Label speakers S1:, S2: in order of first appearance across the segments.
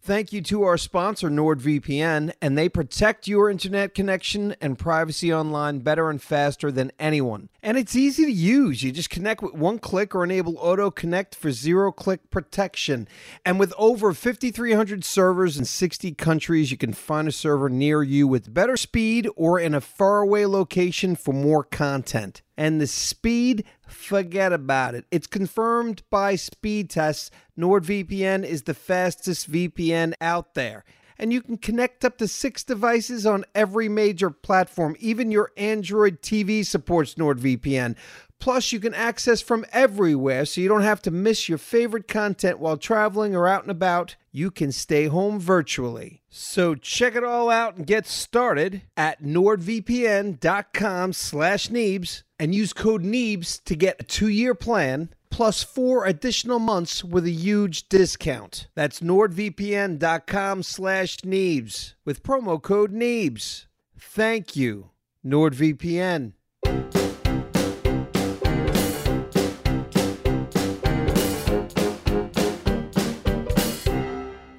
S1: Thank you to our sponsor, NordVPN, and they protect your internet connection and privacy online better and faster than anyone. And it's easy to use. You just connect with one click or enable auto connect for zero click protection. And with over 5,300 servers in 60 countries, you can find a server near you with better speed or in a faraway location for more content. And the speed, forget about it. It's confirmed by speed tests. NordVPN is the fastest VPN out there. And you can connect up to six devices on every major platform. Even your Android TV supports NordVPN. Plus, you can access from everywhere so you don't have to miss your favorite content while traveling or out and about. You can stay home virtually. So check it all out and get started at nordvpn.com slash Neebs and use code Neebs to get a two-year plan plus four additional months with a huge discount. That's nordvpn.com slash Neebs with promo code Neebs. Thank you, NordVPN.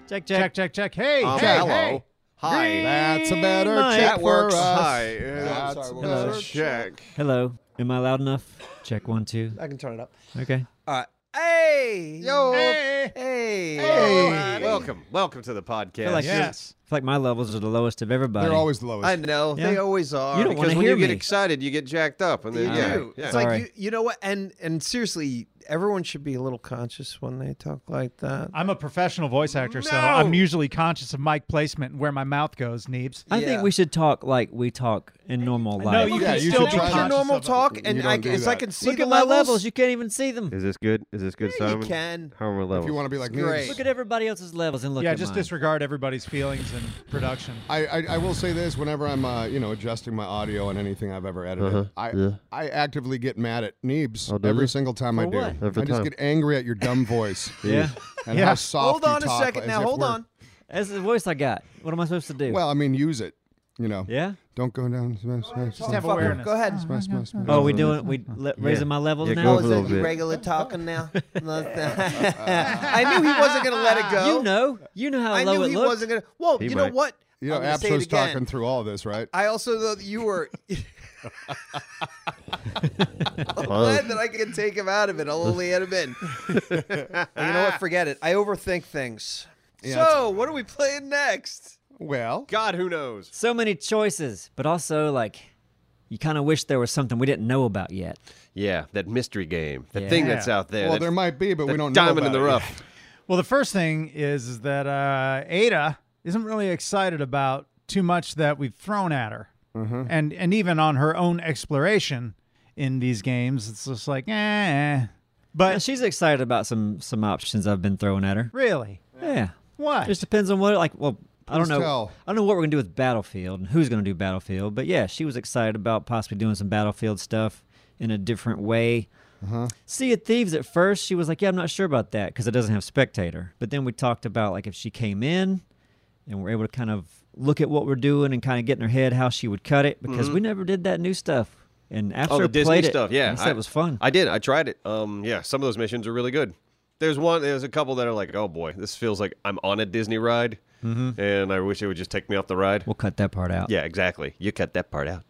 S2: Check, check.
S3: Check, check, check. Hey,
S4: Um,
S3: hey,
S4: hello.
S3: hey.
S4: Hi.
S3: That's a better
S2: Green
S3: check
S4: that works.
S3: for us.
S4: Hi.
S3: I'm
S4: That's
S3: sorry,
S4: a
S3: what
S2: was
S4: better
S3: that?
S4: check.
S2: Hello. Am I loud enough? Check one, two.
S1: I can turn it up.
S2: Okay.
S1: All right. Hey!
S4: Yo.
S3: Hey.
S1: Hey!
S3: Hey.
S4: Welcome. Welcome to the podcast.
S2: I like
S3: Yeah.
S2: your- I feel like my levels are the lowest of everybody.
S5: They're always the lowest.
S4: I know.
S2: Yeah.
S4: They always are.
S2: You don't
S4: because
S2: wanna
S4: when
S2: hear
S4: you get
S2: me.
S4: excited, you get jacked up. And then,
S1: You
S4: yeah.
S1: do.
S4: yeah.
S1: It's like
S2: Sorry.
S1: you, you know what, and and seriously, everyone should be a little conscious when they talk like that.
S3: I'm a professional voice actor, so
S4: No.
S3: I'm usually conscious of mic placement and where my mouth goes, Neebs.
S2: I
S1: Yeah.
S2: think we should talk like we talk in normal life.
S3: you
S5: Yeah,
S3: can
S5: you
S3: still
S1: Look at
S5: should try
S3: be
S5: to-
S1: your
S3: conscious
S1: normal
S3: of it.
S1: talk,
S5: You
S1: and
S5: don't
S1: I,
S5: do
S1: it's like I
S5: that.
S1: can see
S2: Look
S1: the
S2: at my
S1: levels.
S2: levels. You can't even see them.
S6: Is this good? Is this good,
S1: Yeah,
S6: Simon?
S1: you can.
S6: How are my
S5: if
S6: levels?
S5: you want to be like me,
S1: Great.
S2: Look at everybody else's levels and look
S3: Yeah,
S2: at
S3: just
S2: mine.
S3: disregard everybody's feelings and production.
S5: I, I I will say this: whenever I'm uh, you know adjusting my audio on anything I've ever edited,
S6: Uh-huh.
S5: I
S6: Yeah.
S5: I actively get mad at Neebs
S6: Oh, do
S5: every
S6: you?
S5: single time I
S2: For
S5: do.
S2: what?
S6: Every
S5: I just
S6: time.
S5: get angry at your dumb voice
S2: Yeah.
S5: and
S3: Yeah.
S5: how soft
S1: Hold on
S5: you
S1: a
S5: talk
S1: second
S5: as
S1: now.
S5: if
S1: Hold
S5: we're-
S1: on.
S2: That's the voice I got. What am I supposed to do?
S5: Well, I mean, use it. You know,
S2: yeah.
S5: don't go down. Smash, smash,
S3: Just have
S1: Fucker,
S5: smash,
S3: awareness.
S1: Go ahead.
S5: smash, smash, smash.
S2: Oh, we doing we le- raising my levels
S6: Yeah,
S2: now.
S6: go for a little bit.
S1: regular talking now? I knew he wasn't gonna let it go.
S2: You know, you know how
S1: I
S2: low
S1: knew
S2: it
S1: he
S2: looked.
S1: wasn't gonna. Whoa,
S6: He
S1: you know
S6: might.
S1: what?
S5: You know,
S1: I'm gonna say it
S5: Apso's
S1: again.
S5: talking through all this, right?
S1: I also know that you were. I'm
S6: Wow.
S1: glad that I can take him out of it. I'll only add him in. And you know what? Forget it. I overthink things.
S5: Yeah,
S1: so, what are we playing next?
S5: well,
S4: God, who knows?
S2: so many choices, but also like you kind of wish there was something we didn't know about yet.
S4: Yeah, that mystery game. The thing that's out there.
S5: well,
S4: that-
S5: there might be, but
S4: that
S5: we don't know.
S4: diamond
S5: about
S4: in the
S5: it.
S4: rough.
S3: Well, the first thing is, is that uh, Ada isn't really excited about too much that we've thrown at her, and and even on her own exploration in these games, it's just like, eh.
S2: And
S3: But
S2: she's excited about some some options I've been throwing at her.
S3: really,
S2: Yeah.
S3: what?
S2: Just depends on what like well I don't
S5: Please
S2: know
S5: tell.
S2: I don't know what we're gonna do with Battlefield and who's gonna do Battlefield, but yeah, she was excited about possibly doing some Battlefield stuff in a different way.
S4: Uh-huh.
S2: Sea of Thieves at first, she was like, "Yeah, I'm not sure about that because it doesn't have spectator." But then we talked about like if she came in and we're able to kind of look at what we're doing and kind of get in her head how she would cut it because we never did that new stuff. And after
S4: Mm-hmm. Oh,
S2: I
S4: the Disney
S2: played it,
S4: stuff. Yeah,
S2: I said it was fun.
S4: I did. I tried it. Um, yeah, some of those missions are really good. There's one. There's a couple that are like, oh boy, this feels like I'm on a Disney ride, and I wish it would just take me off the ride.
S2: we'll cut that part out.
S4: yeah, exactly. You cut that part out.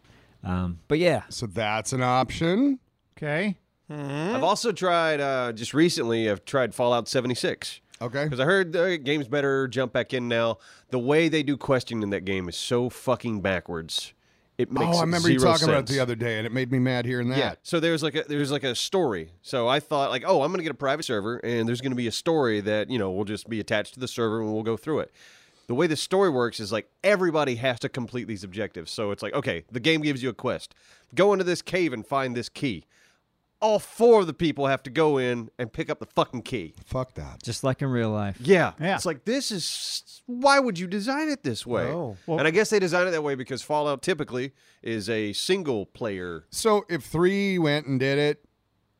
S2: Um, but yeah,
S5: So that's an option.
S3: okay.
S4: I've also tried uh, just recently. I've tried Fallout 76
S5: Okay.
S4: because I heard the game's better. Jump back in now. The way they do questing in that game is so fucking backwards. It makes
S5: Oh, I remember
S4: zero
S5: you talking about it
S4: sense.
S5: the other day, and it made me mad hearing that.
S4: Yeah. So there's like a there's like a story. So I thought like, oh, I'm gonna get a private server, and there's gonna be a story that you know will just be attached to the server, and we'll go through it. The way the story works is like everybody has to complete these objectives. So it's like, okay, the game gives you a quest: go into this cave and find this key. All four of the people have to go in and pick up the fucking key.
S5: Fuck that.
S2: just like in real life.
S4: Yeah.
S3: Yeah.
S4: It's like this is why would you design it this way?
S1: Oh.
S4: and I guess they design it that way because Fallout typically is a single player
S5: So if three went and did it,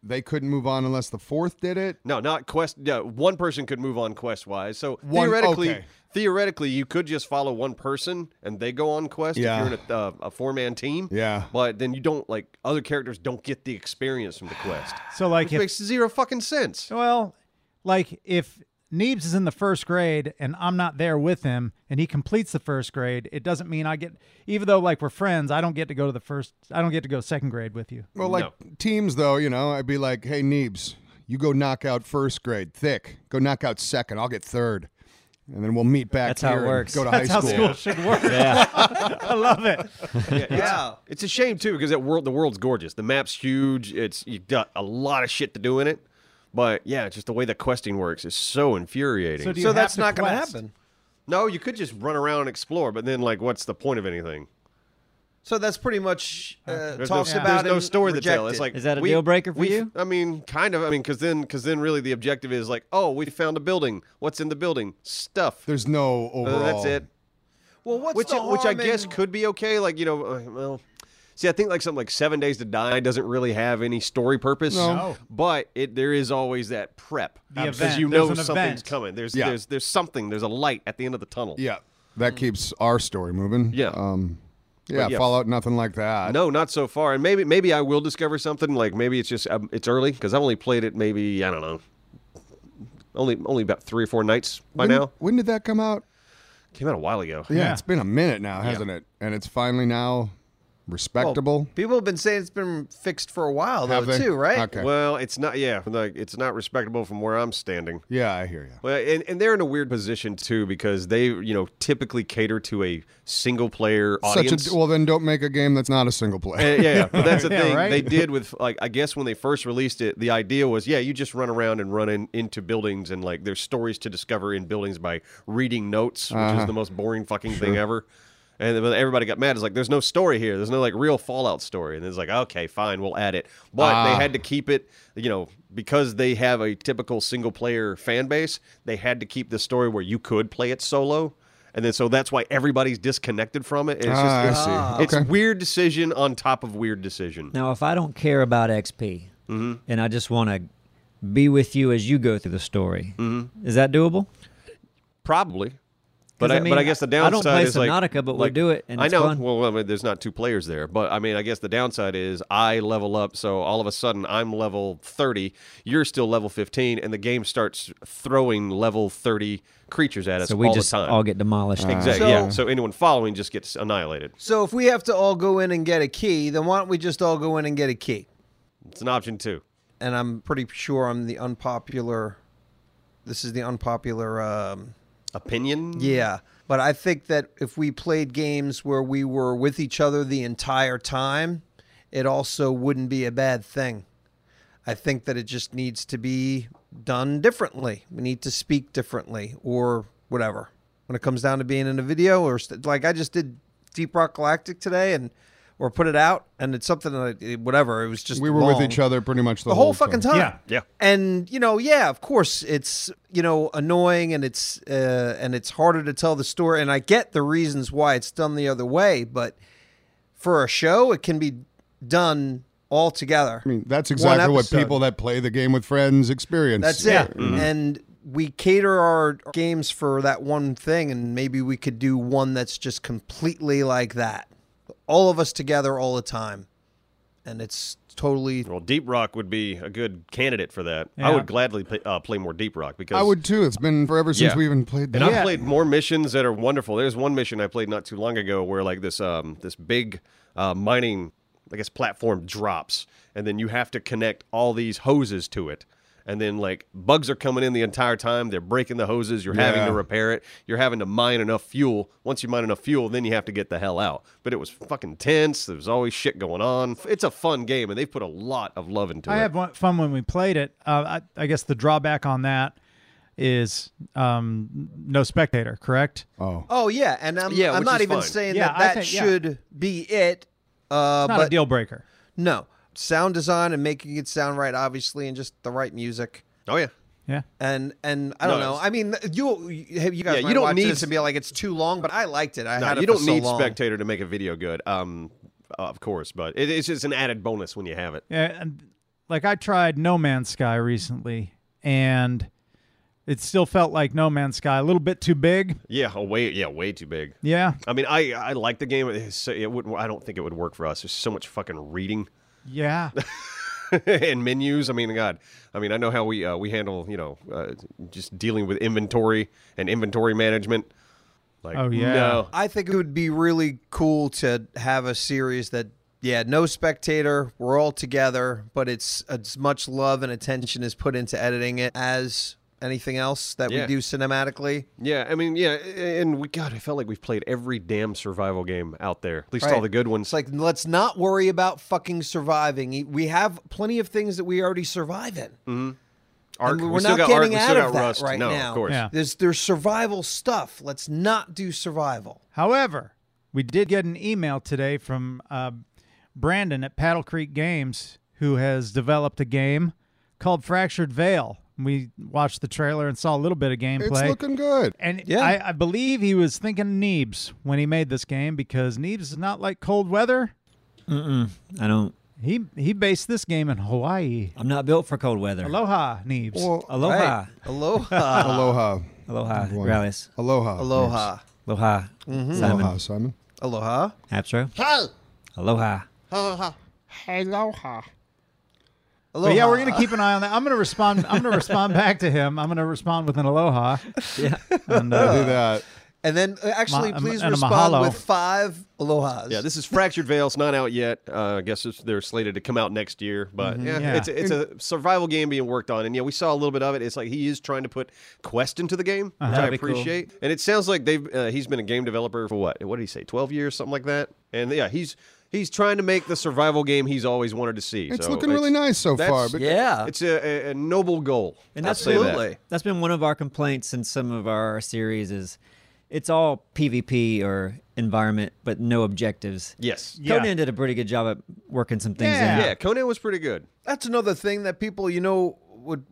S5: they couldn't move on unless the fourth did it.
S4: No, not quest. No, one person could move on quest wise. So
S5: One-
S4: theoretically,
S5: okay.
S4: theoretically, you could just follow one person and they go on quest
S5: Yeah.
S4: if you're in a, uh, a four man team.
S5: Yeah.
S4: But then you don't like other characters don't get the experience from the quest,
S3: So like
S4: which
S3: if
S4: makes zero fucking sense.
S3: Well, like if Neebs is in the first grade and I'm not there with him and he completes the first grade, it doesn't mean I get even though like we're friends, I don't get to go to the first I don't get to go second grade with you.
S5: Well, like teams, though, you know, I'd be like, hey, Neebs, you go knock out first grade, thick. Go knock out second. I'll get third. And then we'll meet back
S2: That's how
S5: here
S2: it
S5: and
S2: works.
S5: go to
S3: That's
S5: high
S3: how
S5: school.
S3: school should work. I love it.
S4: Yeah, it's, it's a shame too because that world, the world's gorgeous. The map's huge. It's you got a lot of shit to do in it. But yeah, just the way the questing works is so infuriating.
S3: So do you
S1: so
S3: have
S1: that's
S3: to
S1: not going to
S3: quest?
S1: happen.
S4: no, you could just run around and explore, but then like, what's the point of anything?
S1: So that's pretty much uh,
S4: There's
S1: talked
S4: no,
S1: about.
S4: there's no
S1: and
S4: story to tell. It's
S1: rejected.
S4: like
S2: Is that a
S4: we-
S2: deal breaker for
S4: we-
S2: you?
S4: I mean, kind of. I mean, because then, because then, really, the objective is like, oh, we found a building. What's in the building? Stuff.
S5: There's no
S4: Uh,
S5: overall.
S4: that's it.
S1: well, what's
S4: which
S1: the
S4: which I
S1: harm in-
S4: guess could be okay. Like you know, uh, well, see, I think like something like Seven Days to Die doesn't really have any story purpose.
S3: No.
S4: But it there is always that prep
S3: The
S4: because
S3: event.
S4: you
S3: There's
S4: know
S3: an
S4: something's
S3: event.
S4: coming. There's
S5: Yeah.
S4: there's there's something. There's a light at the end of the tunnel.
S5: Yeah. That keeps our story moving.
S4: Hmm. Yeah.
S5: Um, yeah,
S4: yeah.
S5: Fallout, nothing like that.
S4: No, not so far. And maybe maybe I will discover something. Like maybe it's just um, it's early because I've only played it maybe I don't know. Only only about three or four nights by
S5: When,
S4: now.
S5: when did that come out?
S4: Came out a while ago.
S5: Yeah,
S3: Yeah.
S5: it's been a minute now, hasn't it? And it's finally now respectable.
S1: People have been saying it's been fixed for a while
S5: Have
S1: though,
S5: they?
S1: too, right?
S5: Okay.
S4: Well, it's not. Yeah, like it's not respectable from where I'm standing.
S5: yeah, I hear you.
S4: Well, and, and they're in a weird position too because they, you know, typically cater to a single player audience.
S5: Such a well, then don't make a game that's not a single player.
S4: Uh, yeah, but that's the
S3: Yeah,
S4: thing
S3: right?
S4: they did with like I guess when they first released it, the idea was yeah, you just run around and run in, into buildings and like there's stories to discover in buildings by reading notes, which
S5: Uh-huh.
S4: is the most boring fucking thing ever. And then everybody got mad. It's like there's no story here. There's no like real Fallout story. And it's like okay, fine, we'll add it. But
S5: Ah.
S4: they had to keep it, you know, because they have a typical single player fan base. They had to keep the story where you could play it solo. And then so that's why everybody's disconnected from it. And it's
S5: Ah, I
S4: just,
S5: see.
S4: it's weird decision on top of weird decision.
S2: Now, if I don't care about XP and I just want to be with you as you go through the story, is that doable?
S4: Probably. But
S2: 'Cause,
S4: I,
S2: I mean,
S4: but I guess the
S2: I
S4: downside
S2: don't play
S4: is like
S2: Subnautica, but we'll
S4: like,
S2: do it, and
S4: I
S2: it's
S4: know.
S2: fun.
S4: Well, I mean, there's not two players there, but I mean, I guess the downside is I level up, so all of a sudden I'm level 30, you're still level 15, and the game starts throwing level 30 creatures at us
S2: So we
S4: all
S2: just
S4: the time.
S2: all get demolished.
S4: exactly.
S1: So-
S4: yeah. So anyone following just gets annihilated.
S1: So if we have to all go in and get a key, then why don't we just all go in and get a key?
S4: It's an option too.
S1: And I'm pretty sure I'm the unpopular. This is the unpopular. Um,
S4: Opinion.
S5: Mm-hmm.
S1: yeah, but I think that if we played games where we were with each other the entire time, it also wouldn't be a bad thing. I think that it just needs to be done differently. We need to speak differently or whatever. When it comes down to being in a video or st- like I just did Deep Rock Galactic today and or put it out and it's something that I, whatever it was just
S5: we were
S1: long.
S5: with each other pretty much the,
S1: the whole fucking time.
S3: Yeah.
S4: Yeah.
S1: And you know, yeah, of course, it's you know annoying and it's uh, and it's harder to tell the story. And I get the reasons why it's done the other way, but for a show, it can be done all together.
S5: I mean, that's exactly what
S1: episode.
S5: people that play the game with friends experience.
S1: That's it.
S5: Mm-hmm.
S1: And we cater our games for that one thing, and maybe we could do one that's just completely like that, all of us together all the time, and it's totally
S4: Well, Deep Rock would be a good candidate for that. I
S3: Yeah.
S4: would gladly play, uh, play more Deep Rock because
S5: I would too. It's been forever since
S4: Yeah.
S5: we even played that.
S4: And I've played more missions that are wonderful. There's one mission I played not too long ago where like this um this big uh, mining I guess platform drops, and then you have to connect all these hoses to it. And then like bugs are coming in the entire time. They're breaking the hoses. You're having to
S5: Yeah.
S4: repair it. You're having to mine enough fuel. Once you mine enough fuel, then you have to get the hell out. But it was fucking tense. There's always shit going on. It's a fun game, and they've put a lot of love into
S3: I
S4: it.
S3: had one, fun when we played it. Uh, I, I guess the drawback on that is um, no spectator, correct?
S5: oh,
S1: Oh yeah, and I'm
S4: Yeah,
S1: I'm
S4: which
S1: not
S4: is
S1: even
S4: fine.
S1: saying
S3: Yeah,
S1: that
S3: I
S1: that
S3: think- yeah.
S1: should be it. Uh,
S3: Not
S1: but
S3: a deal breaker.
S1: no, sound design and making it sound right, obviously, and just the right music.
S4: oh yeah.
S3: Yeah.
S1: And and I don't
S4: No,
S1: know. I mean, you you have- you guys
S4: Yeah, you
S1: might
S4: don't
S1: watch
S4: need-
S1: this and be like it's too long, but I liked it. I
S4: No,
S1: had it
S4: you don't
S1: for so
S4: need
S1: long.
S4: spectator to make a video good. Um, of course, but it, it's just an added bonus when you have it.
S3: Yeah, and like I tried No Man's Sky recently, and it still felt like No Man's Sky a little bit too big.
S4: Yeah, oh, way yeah, way too big.
S3: Yeah,
S4: I mean, I I like the game. It's, it would I don't think it would work for us. There's so much fucking reading.
S3: yeah.
S4: and menus. I mean, God, I mean, I know how we uh, we handle you know uh, just dealing with inventory and inventory management. Like,
S3: Oh, yeah.
S4: no.
S1: I think it would be really cool to have a series that, yeah, no spectator. We're all together, but it's as much love and attention is put into editing it as anything else that
S4: Yeah.
S1: we do cinematically.
S4: Yeah, I mean, yeah, and we God, I felt like we've played every damn survival game out there. At least all
S1: Right.
S4: the good ones.
S1: It's like let's not worry about fucking surviving. E, We have plenty of things that we already survive in.
S4: Ark,
S1: And
S4: Mm-hmm. we
S1: we're
S4: still
S1: not
S4: got Ark,
S1: getting
S4: we
S1: out
S4: still
S1: of
S4: got
S1: that
S4: Rust.
S1: right
S4: no,
S1: now.
S4: of course.
S3: Yeah.
S1: There's there's survival stuff. Let's not do survival.
S3: However, we did get an email today from uh, Brandon at Paddle Creek Games, who has developed a game called Fractured Veil. We watched the trailer and saw a little bit of gameplay.
S5: It's looking good.
S3: and
S1: Yeah.
S3: I, I believe he was thinking Neebs when he made this game because Neebs is not like cold weather.
S2: I don't.
S3: He he based this game in Hawaii.
S2: I'm not built for cold weather.
S3: Aloha, Neebs.
S2: Aloha.
S1: Right. Aloha.
S5: Aloha.
S2: Aloha.
S5: Boy.
S2: Rallis.
S5: Aloha.
S1: Aloha.
S2: Aloha.
S5: Neebs.
S2: Simon.
S5: Aloha, Simon.
S1: Aloha.
S2: Abstro. Aloha.
S1: Aloha.
S3: But yeah, we're gonna keep an eye on that. I'm gonna respond. I'm gonna respond back to him. I'm gonna respond with an aloha.
S2: Yeah.
S3: And
S5: Do
S3: uh,
S5: that.
S1: And then uh, actually,
S3: Ma-
S1: please
S3: and a
S1: respond
S3: mahalo.
S1: with five alohas.
S4: Yeah, this is Fractured Veil. It's not out yet. Uh, I guess it's, they're slated to come out next year. But
S5: Mm-hmm.
S4: yeah,
S3: Yeah.
S4: it's it's a survival game being worked on, and yeah, we saw a little bit of it. It's like he is trying to put quest into the game,
S5: Uh-huh.
S4: which I
S2: That'd be cool.
S4: appreciate. And it sounds like they've uh, he's been a game developer for what? What did he say? Twelve years, something like that. And yeah, he's he's trying to make the survival game he's always wanted to see.
S5: It's
S4: So
S5: looking really nice so
S4: that's-
S5: far. But
S1: yeah.
S4: It's a, a, a noble goal.
S2: And
S4: I'll
S2: that's
S4: say that.
S1: Absolutely.
S2: That's been one of our complaints in some of our series is it's all PvP or environment, but no objectives.
S4: Yes.
S3: Yeah.
S2: Conan did a pretty good job at working some things
S3: Yeah.
S2: in.
S4: Yeah, Conan was pretty good.
S1: That's another thing that people, you know, would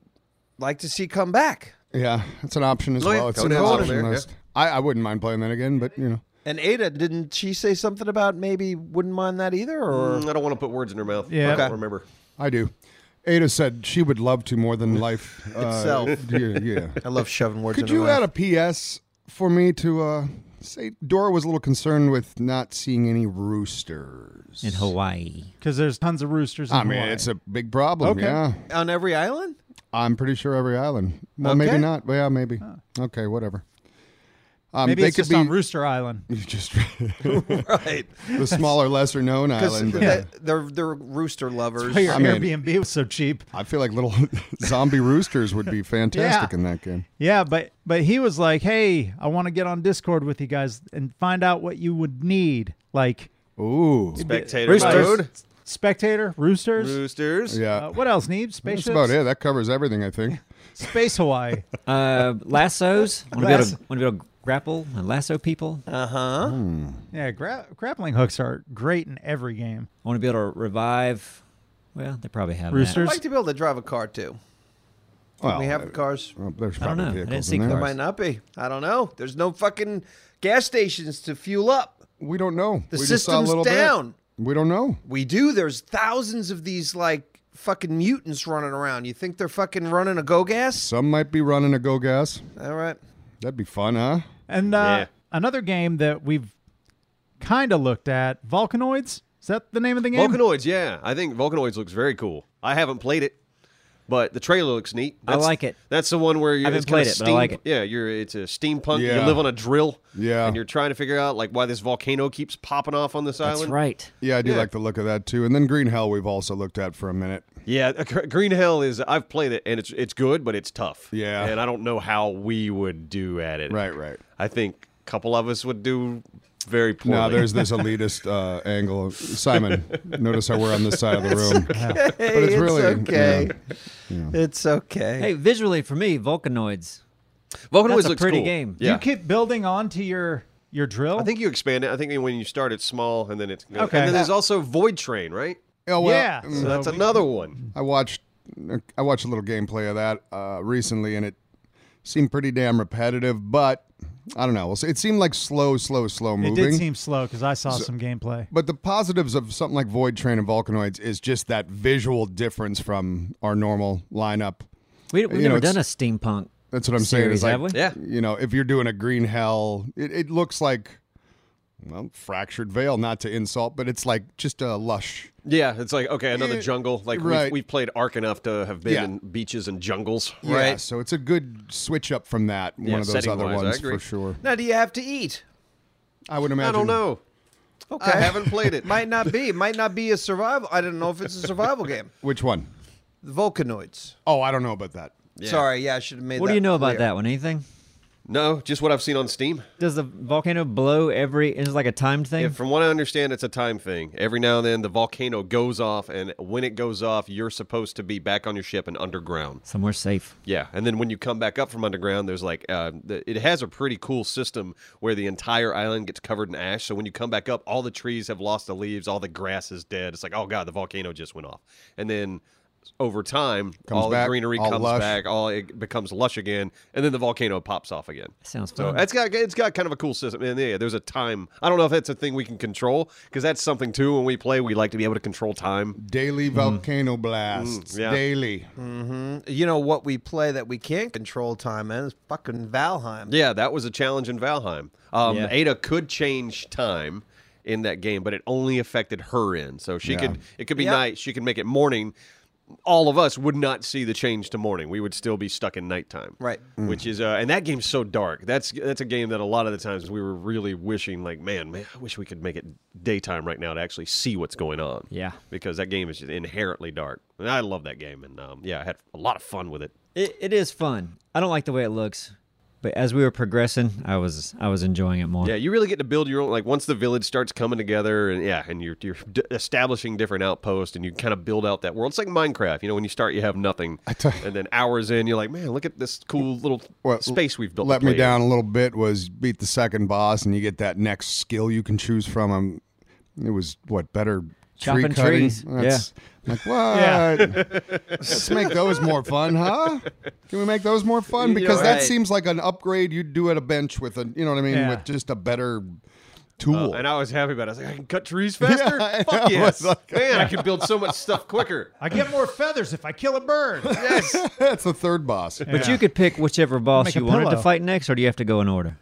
S1: like to see come back.
S5: yeah, it's an option as
S4: Oh, yeah.
S5: well. It's
S4: Go
S5: an
S4: down
S5: option
S4: there, yeah.
S5: list. I, I wouldn't mind playing that again, but you know.
S1: And Ada, didn't she say something about maybe wouldn't mind that either? Or
S4: Mm, I don't want to put words in her mouth.
S3: Yeah.
S4: I don't
S3: Okay.
S4: remember.
S5: I do. Ada said she would love to more than life uh,
S1: Itself.
S5: Yeah, yeah.
S1: I love shoving words.
S5: Could
S1: in her
S5: you
S1: mouth.
S5: add a PS for me to uh, say? Dora was a little concerned with not seeing any roosters.
S2: In Hawaii.
S3: because there's tons of roosters. In
S5: I mean,
S3: Hawaii.
S5: it's a big problem.
S3: Okay.
S5: Yeah,
S1: on every island?
S5: I'm pretty sure every island. Well,
S1: Okay.
S5: maybe not. Well, yeah, maybe. Okay, whatever. Um,
S3: maybe
S5: they
S3: it's
S5: could
S3: just
S5: be
S3: on Rooster Island.
S5: just
S1: Right.
S5: the smaller, lesser known
S1: Because
S5: island. but-
S1: they're they're rooster lovers.
S3: Your
S5: I mean-
S3: Airbnb was so cheap.
S5: I feel like little zombie roosters would be fantastic in that game.
S3: Yeah, but but he was like, "Hey, I want to get on Discord with you guys and find out what you would need, like
S5: Ooh,
S4: Spectator
S2: Roosters.
S4: mode.
S3: spectator, roosters,
S4: Roosters.
S5: yeah.
S3: uh, what else? Need
S5: That's
S3: spaceships,
S5: about it. That covers everything, I think.
S3: space Hawaii.
S2: Uh, lassos. Want to be able to,
S3: Lasso.
S2: wanna be able to grapple and lasso people. I
S1: Uh huh.
S3: yeah, gra- grappling hooks are great in every game.
S2: want to be able to revive. Well, they probably have that.
S1: I'd
S3: Roosters.
S1: like to be able to drive a car too.
S5: Well, uh,
S1: we have cars.
S5: well, there's
S2: I don't know.
S5: probably
S2: I didn't
S5: vehicles
S2: see
S5: in there.
S1: There might not be. I don't know. There's no fucking gas stations to fuel up.
S5: We don't know.
S1: The
S5: we just saw a
S1: system's
S5: little
S1: down.
S5: Bit. We don't know.
S1: We do. There's thousands of these like fucking mutants running around. You think they're fucking running a go gas?
S5: Some might be running a go gas.
S1: All right.
S5: That'd be fun, huh?
S3: And uh,
S4: Yeah.
S3: another game that we've kind of looked at, Volcanoids. Is that the name of the game?
S4: Vulcanoids, yeah. I think Vulcanoids looks very cool. I haven't played it, but the trailer looks neat.
S2: I like it.
S4: That's the one where you're
S2: haven't
S4: it's kinda
S2: played it, but I
S4: steam-
S2: like it.
S4: Yeah, you're it's a steampunk. You
S5: Yeah.
S4: live on a drill.
S5: Yeah.
S4: And you're trying to figure out like why this volcano keeps popping off on this
S2: That's
S4: island.
S2: right.
S5: Yeah, I do
S4: Yeah.
S5: like the look of that too. And then Green Hell, we've also looked at for a minute.
S4: Yeah, uh, Gr- Green Hell is I've played it and it's it's good, but it's tough.
S5: Yeah.
S4: And I don't know how we would do at it.
S5: Right, right.
S4: I think a couple of us would do very poorly.
S5: Now there's this elitist uh, angle. Simon, notice how we're on this side of the room.
S1: Hey,
S5: it's really,
S1: okay. It's okay.
S2: Hey, visually for me, Vulcanoids.
S4: Vulcanoids
S2: that's a
S4: looks
S2: pretty
S4: cool.
S2: game.
S4: Yeah.
S3: You keep building onto your your drill.
S4: I think you expand it. I think when you start, it's small, and then it's
S3: Okay.
S4: And then there's also Void Train, right?
S5: Oh well,
S3: yeah.
S5: mm,
S4: So that's
S3: we-
S4: another one.
S5: I watched I watched a little gameplay of that uh, recently, and it seemed pretty damn repetitive. But I don't know. We'll see. It seemed like slow, slow, slow
S3: It
S5: moving.
S3: did seem slow because I saw some gameplay.
S5: but the positives of something like Void Train and Vulcanoids is just that visual difference from our normal lineup.
S2: We, we've
S5: You know,
S2: never done a
S5: it's-
S2: steampunk.
S5: That's what I'm saying.
S2: Series,
S5: Is like,
S2: have we?
S4: Yeah.
S5: You know, if you're doing a Green Hell, it, it looks like well, fractured veil, not to insult, but it's like just a lush.
S4: Yeah, it's like okay, another
S5: Eh,
S4: jungle. Like
S5: right.
S4: we've, we've played Ark enough to have been
S5: Yeah.
S4: in beaches and jungles,
S5: Yeah,
S4: right?
S5: so it's a good switch up from that,
S4: Yeah,
S5: one of those
S4: setting
S5: other
S4: wise, I
S5: ones
S4: agree.
S5: for sure.
S1: Now, do you have to eat?
S5: I would imagine.
S4: I don't know.
S1: Okay.
S4: I haven't played it.
S1: might not be. Might not be a survival. I don't know if it's a survival game.
S5: Which one?
S1: The Vulcanoids.
S5: Oh, I don't know about that.
S4: Yeah.
S1: Sorry, yeah, I should have made.
S2: What
S1: that
S2: do you know about
S1: clear.
S2: that one? Anything?
S4: No, just what I've seen on Steam.
S2: Does the volcano blow every? Is it like a timed thing?
S4: Yeah, from what I understand, it's a time thing. Every now and then, the volcano goes off, and when it goes off, you're supposed to be back on your ship and underground.
S2: Somewhere safe.
S4: Yeah, and then when you come back up from underground, there's like uh, the, it has a pretty cool system where the entire island gets covered in ash. So when you come back up, all the trees have lost the leaves, all the grass is dead. It's like, oh god, the volcano just went off. And then over time,
S5: Comes
S4: all
S5: back,
S4: the greenery
S5: all
S4: comes
S5: lush.
S4: back, all it becomes lush again, and then the volcano pops off again.
S2: Sounds
S4: So
S2: fun.
S4: it's got it's got kind of a cool system, and yeah, there's a time. I don't know if that's a thing we can control because that's something too. When we play, we like to be able to control time.
S5: Daily volcano blasts.
S4: Mm-hmm. Mm, yeah.
S5: Daily.
S1: You know what we play that we can't control time in is fucking Valheim.
S4: Yeah, that was a challenge in Valheim. Um,
S2: Yeah.
S4: Ada could change time in that game, but it only affected her end. So she could it could be
S1: Yeah.
S4: night. She could make it morning. All of us would not see the change to morning. We would still be stuck in nighttime.
S1: Right.
S4: Which is uh, and that game's so dark. That's that's a game that a lot of the times we were really wishing like, man, man, I wish we could make it daytime right now to actually see what's going on.
S2: Yeah.
S4: Because that game is just inherently dark. And I love that game and um, yeah, I had a lot of fun with it.
S2: It, it is fun. I don't like the way it looks, but as we were progressing, I was I was enjoying it more.
S4: Yeah, you really get to build your own. Like once the village starts coming together, and yeah, and you're you're d- establishing different outposts, and you kind of build out that world. It's like Minecraft. You know, when you start, you have nothing,
S5: tell-
S4: and then hours in, you're like, man, look at this cool little
S5: What
S4: space we've built. to
S5: Let me
S4: play in."
S5: down a little bit was beat the second boss, and you get that next skill you can choose from. Um, it was what better
S2: Chopping
S5: tree cutting?
S2: trees,
S5: That's, yeah. Like
S3: Yeah.
S5: what? Let's make those more fun, huh? Can we make those more fun? Because that
S1: right.
S5: seems like an upgrade you'd do at a bench with a, you know what I mean,
S3: Yeah.
S5: with just a better
S4: Uh,
S5: tool.
S4: and I was happy about it. I was like, I can cut trees faster.
S5: I know.
S4: Fuck
S5: I was
S4: yes,
S5: like-
S4: man, I can build so much stuff quicker.
S3: I get more feathers if I kill a bird.
S5: That's the third boss.
S2: But you could pick whichever boss
S3: Make a
S2: you wanted to
S3: pillow.
S2: fight next, or do you have to go in order?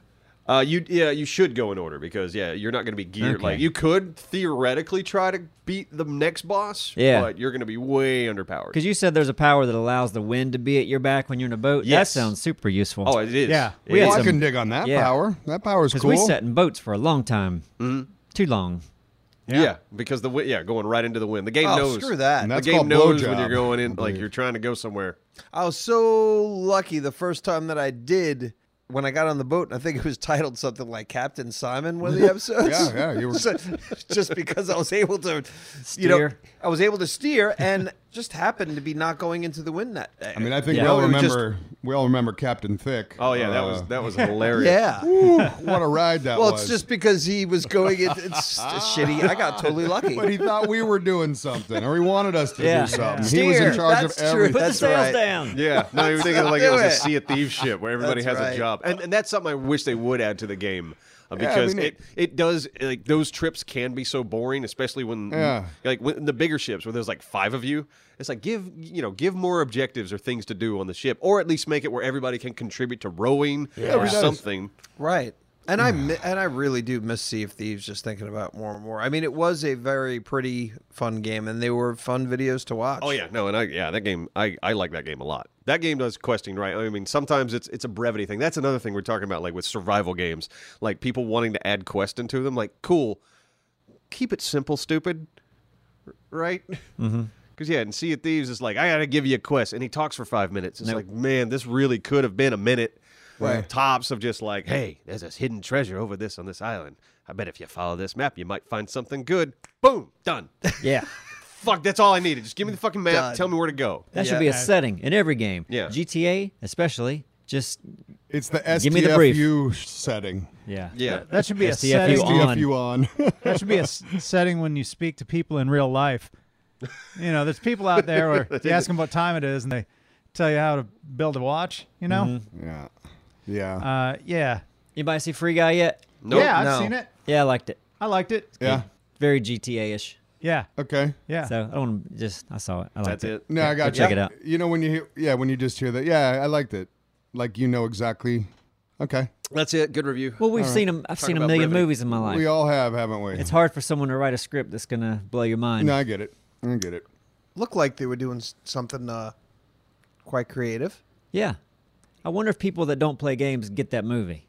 S4: Uh, you yeah, you should go in order because yeah, you're not going to be geared.
S2: Okay.
S4: Like you could theoretically try to beat the next boss.
S2: Yeah.
S4: but you're going to be way underpowered.
S2: Because you said there's a power that allows the wind to be at your back when you're in a boat.
S4: Yes.
S2: That sounds super useful.
S4: Oh, it is.
S3: Yeah.
S4: It
S2: We had
S5: Well,
S4: is.
S5: I
S2: some-
S5: can dig on that
S2: yeah.
S5: power. That power's
S2: because
S5: cool.
S2: we sat in boats for a long time, too long.
S4: Yeah. because the wi- yeah going right into the wind. The game
S1: Oh,
S4: knows.
S1: screw that.
S5: And
S4: The
S5: that's
S4: game
S5: called
S4: knows when
S5: blowjob,
S4: you're going in,
S5: I
S4: like
S5: believe.
S4: you're trying to go somewhere.
S1: I was so lucky the first time that I did when I got on the boat, and I think it was titled something like Captain Simon, one of the episodes.
S5: Yeah, yeah, you were-
S1: So- just because I was able to, you know,
S2: Steer.
S1: I was able to steer and just happened to be not going into the wind that day.
S5: I mean, I think
S2: Yeah.
S5: we all
S1: No, it was just-
S5: remember. we all remember Captain Thick.
S4: Oh yeah, that was
S5: Uh,
S4: that was hilarious.
S1: yeah.
S5: what a ride that
S1: Well,
S5: was.
S1: it's just because he was going. It, it's just shitty. I got totally lucky.
S5: but he thought we were doing something, or he wanted us to
S2: Yeah.
S5: do something. He was in
S1: Steer.
S5: charge
S1: That's
S5: of
S1: true.
S5: everything.
S2: Put
S1: That's
S2: the sails
S1: right.
S2: down.
S4: Yeah, no, you're thinking like
S1: do
S4: it was
S1: it.
S4: a Sea of Thieves ship where everybody
S1: That's
S4: has
S1: right.
S4: a job, and and that's something I wish they would add to the game uh,
S5: Yeah, I
S4: because
S5: mean,
S4: it, it does like those trips can be so boring, especially when
S5: Yeah.
S4: like when the bigger ships where there's like five of you. It's like give you know give more objectives or things to do on the ship, or at least make it where everybody can contribute to rowing or
S5: everybody does.
S4: something.
S1: Right. And I mi- and I really do miss Sea of Thieves. Just thinking about it more and more. I mean, it was a very pretty, fun game, and they were fun videos to watch.
S4: Oh yeah, no, and I yeah, that game I, I like that game a lot. That game does questing right. I mean, sometimes it's it's a brevity thing. That's another thing we're talking about, like with survival games, like people wanting to add quest into them. Like, cool, keep it simple, stupid, R- right? Mm-hmm. Because yeah, and Sea of Thieves is like, I gotta give you a quest, and he talks for five minutes. It's like, man, this really could have been a minute.
S1: Right.
S4: Tops of just like, hey, there's this hidden treasure over this on this island. I bet if you follow this map, you might find something good. Boom, done.
S2: Yeah.
S4: Fuck, that's all I needed. Just give me the fucking map.
S1: Done.
S4: Tell me where to go.
S2: That
S1: Yeah.
S2: should be a setting in every game.
S4: Yeah.
S2: GTA especially. Just
S5: It's the
S2: Give me the brief.
S5: STFU setting.
S2: yeah.
S4: Yeah.
S3: That should be a
S2: STFU
S3: setting.
S2: on.
S5: STFU on.
S3: That should be a s- setting when you speak to people in real life. You know, there's people out there where you ask them what time it is and they tell you how to build a watch, you know?
S5: yeah, yeah,
S3: Uh, yeah.
S2: Anybody see Free Guy yet?
S4: Nope.
S3: yeah, I've
S1: No.
S3: seen it.
S2: Yeah, I liked it.
S3: I liked it.
S5: yeah.
S2: Very GTA ish.
S3: Yeah.
S5: Okay.
S3: Yeah.
S2: So I don't wanna just I saw it. I liked
S4: That's it.
S5: No, I got
S2: check
S5: you.
S2: it out.
S5: You know when you hear, yeah when you just hear that yeah I liked it, like you know exactly. Okay.
S4: That's it. Good review.
S2: Well, we've seen them. I've seen a
S4: about
S2: million
S4: brevity.
S2: movies in my life.
S5: We all have, haven't we?
S2: it's hard for someone to write a script that's gonna blow your mind.
S5: no, I get it. I get it.
S1: Looked like they were doing s- something uh, quite creative.
S2: Yeah, I wonder if people that don't play games get that movie.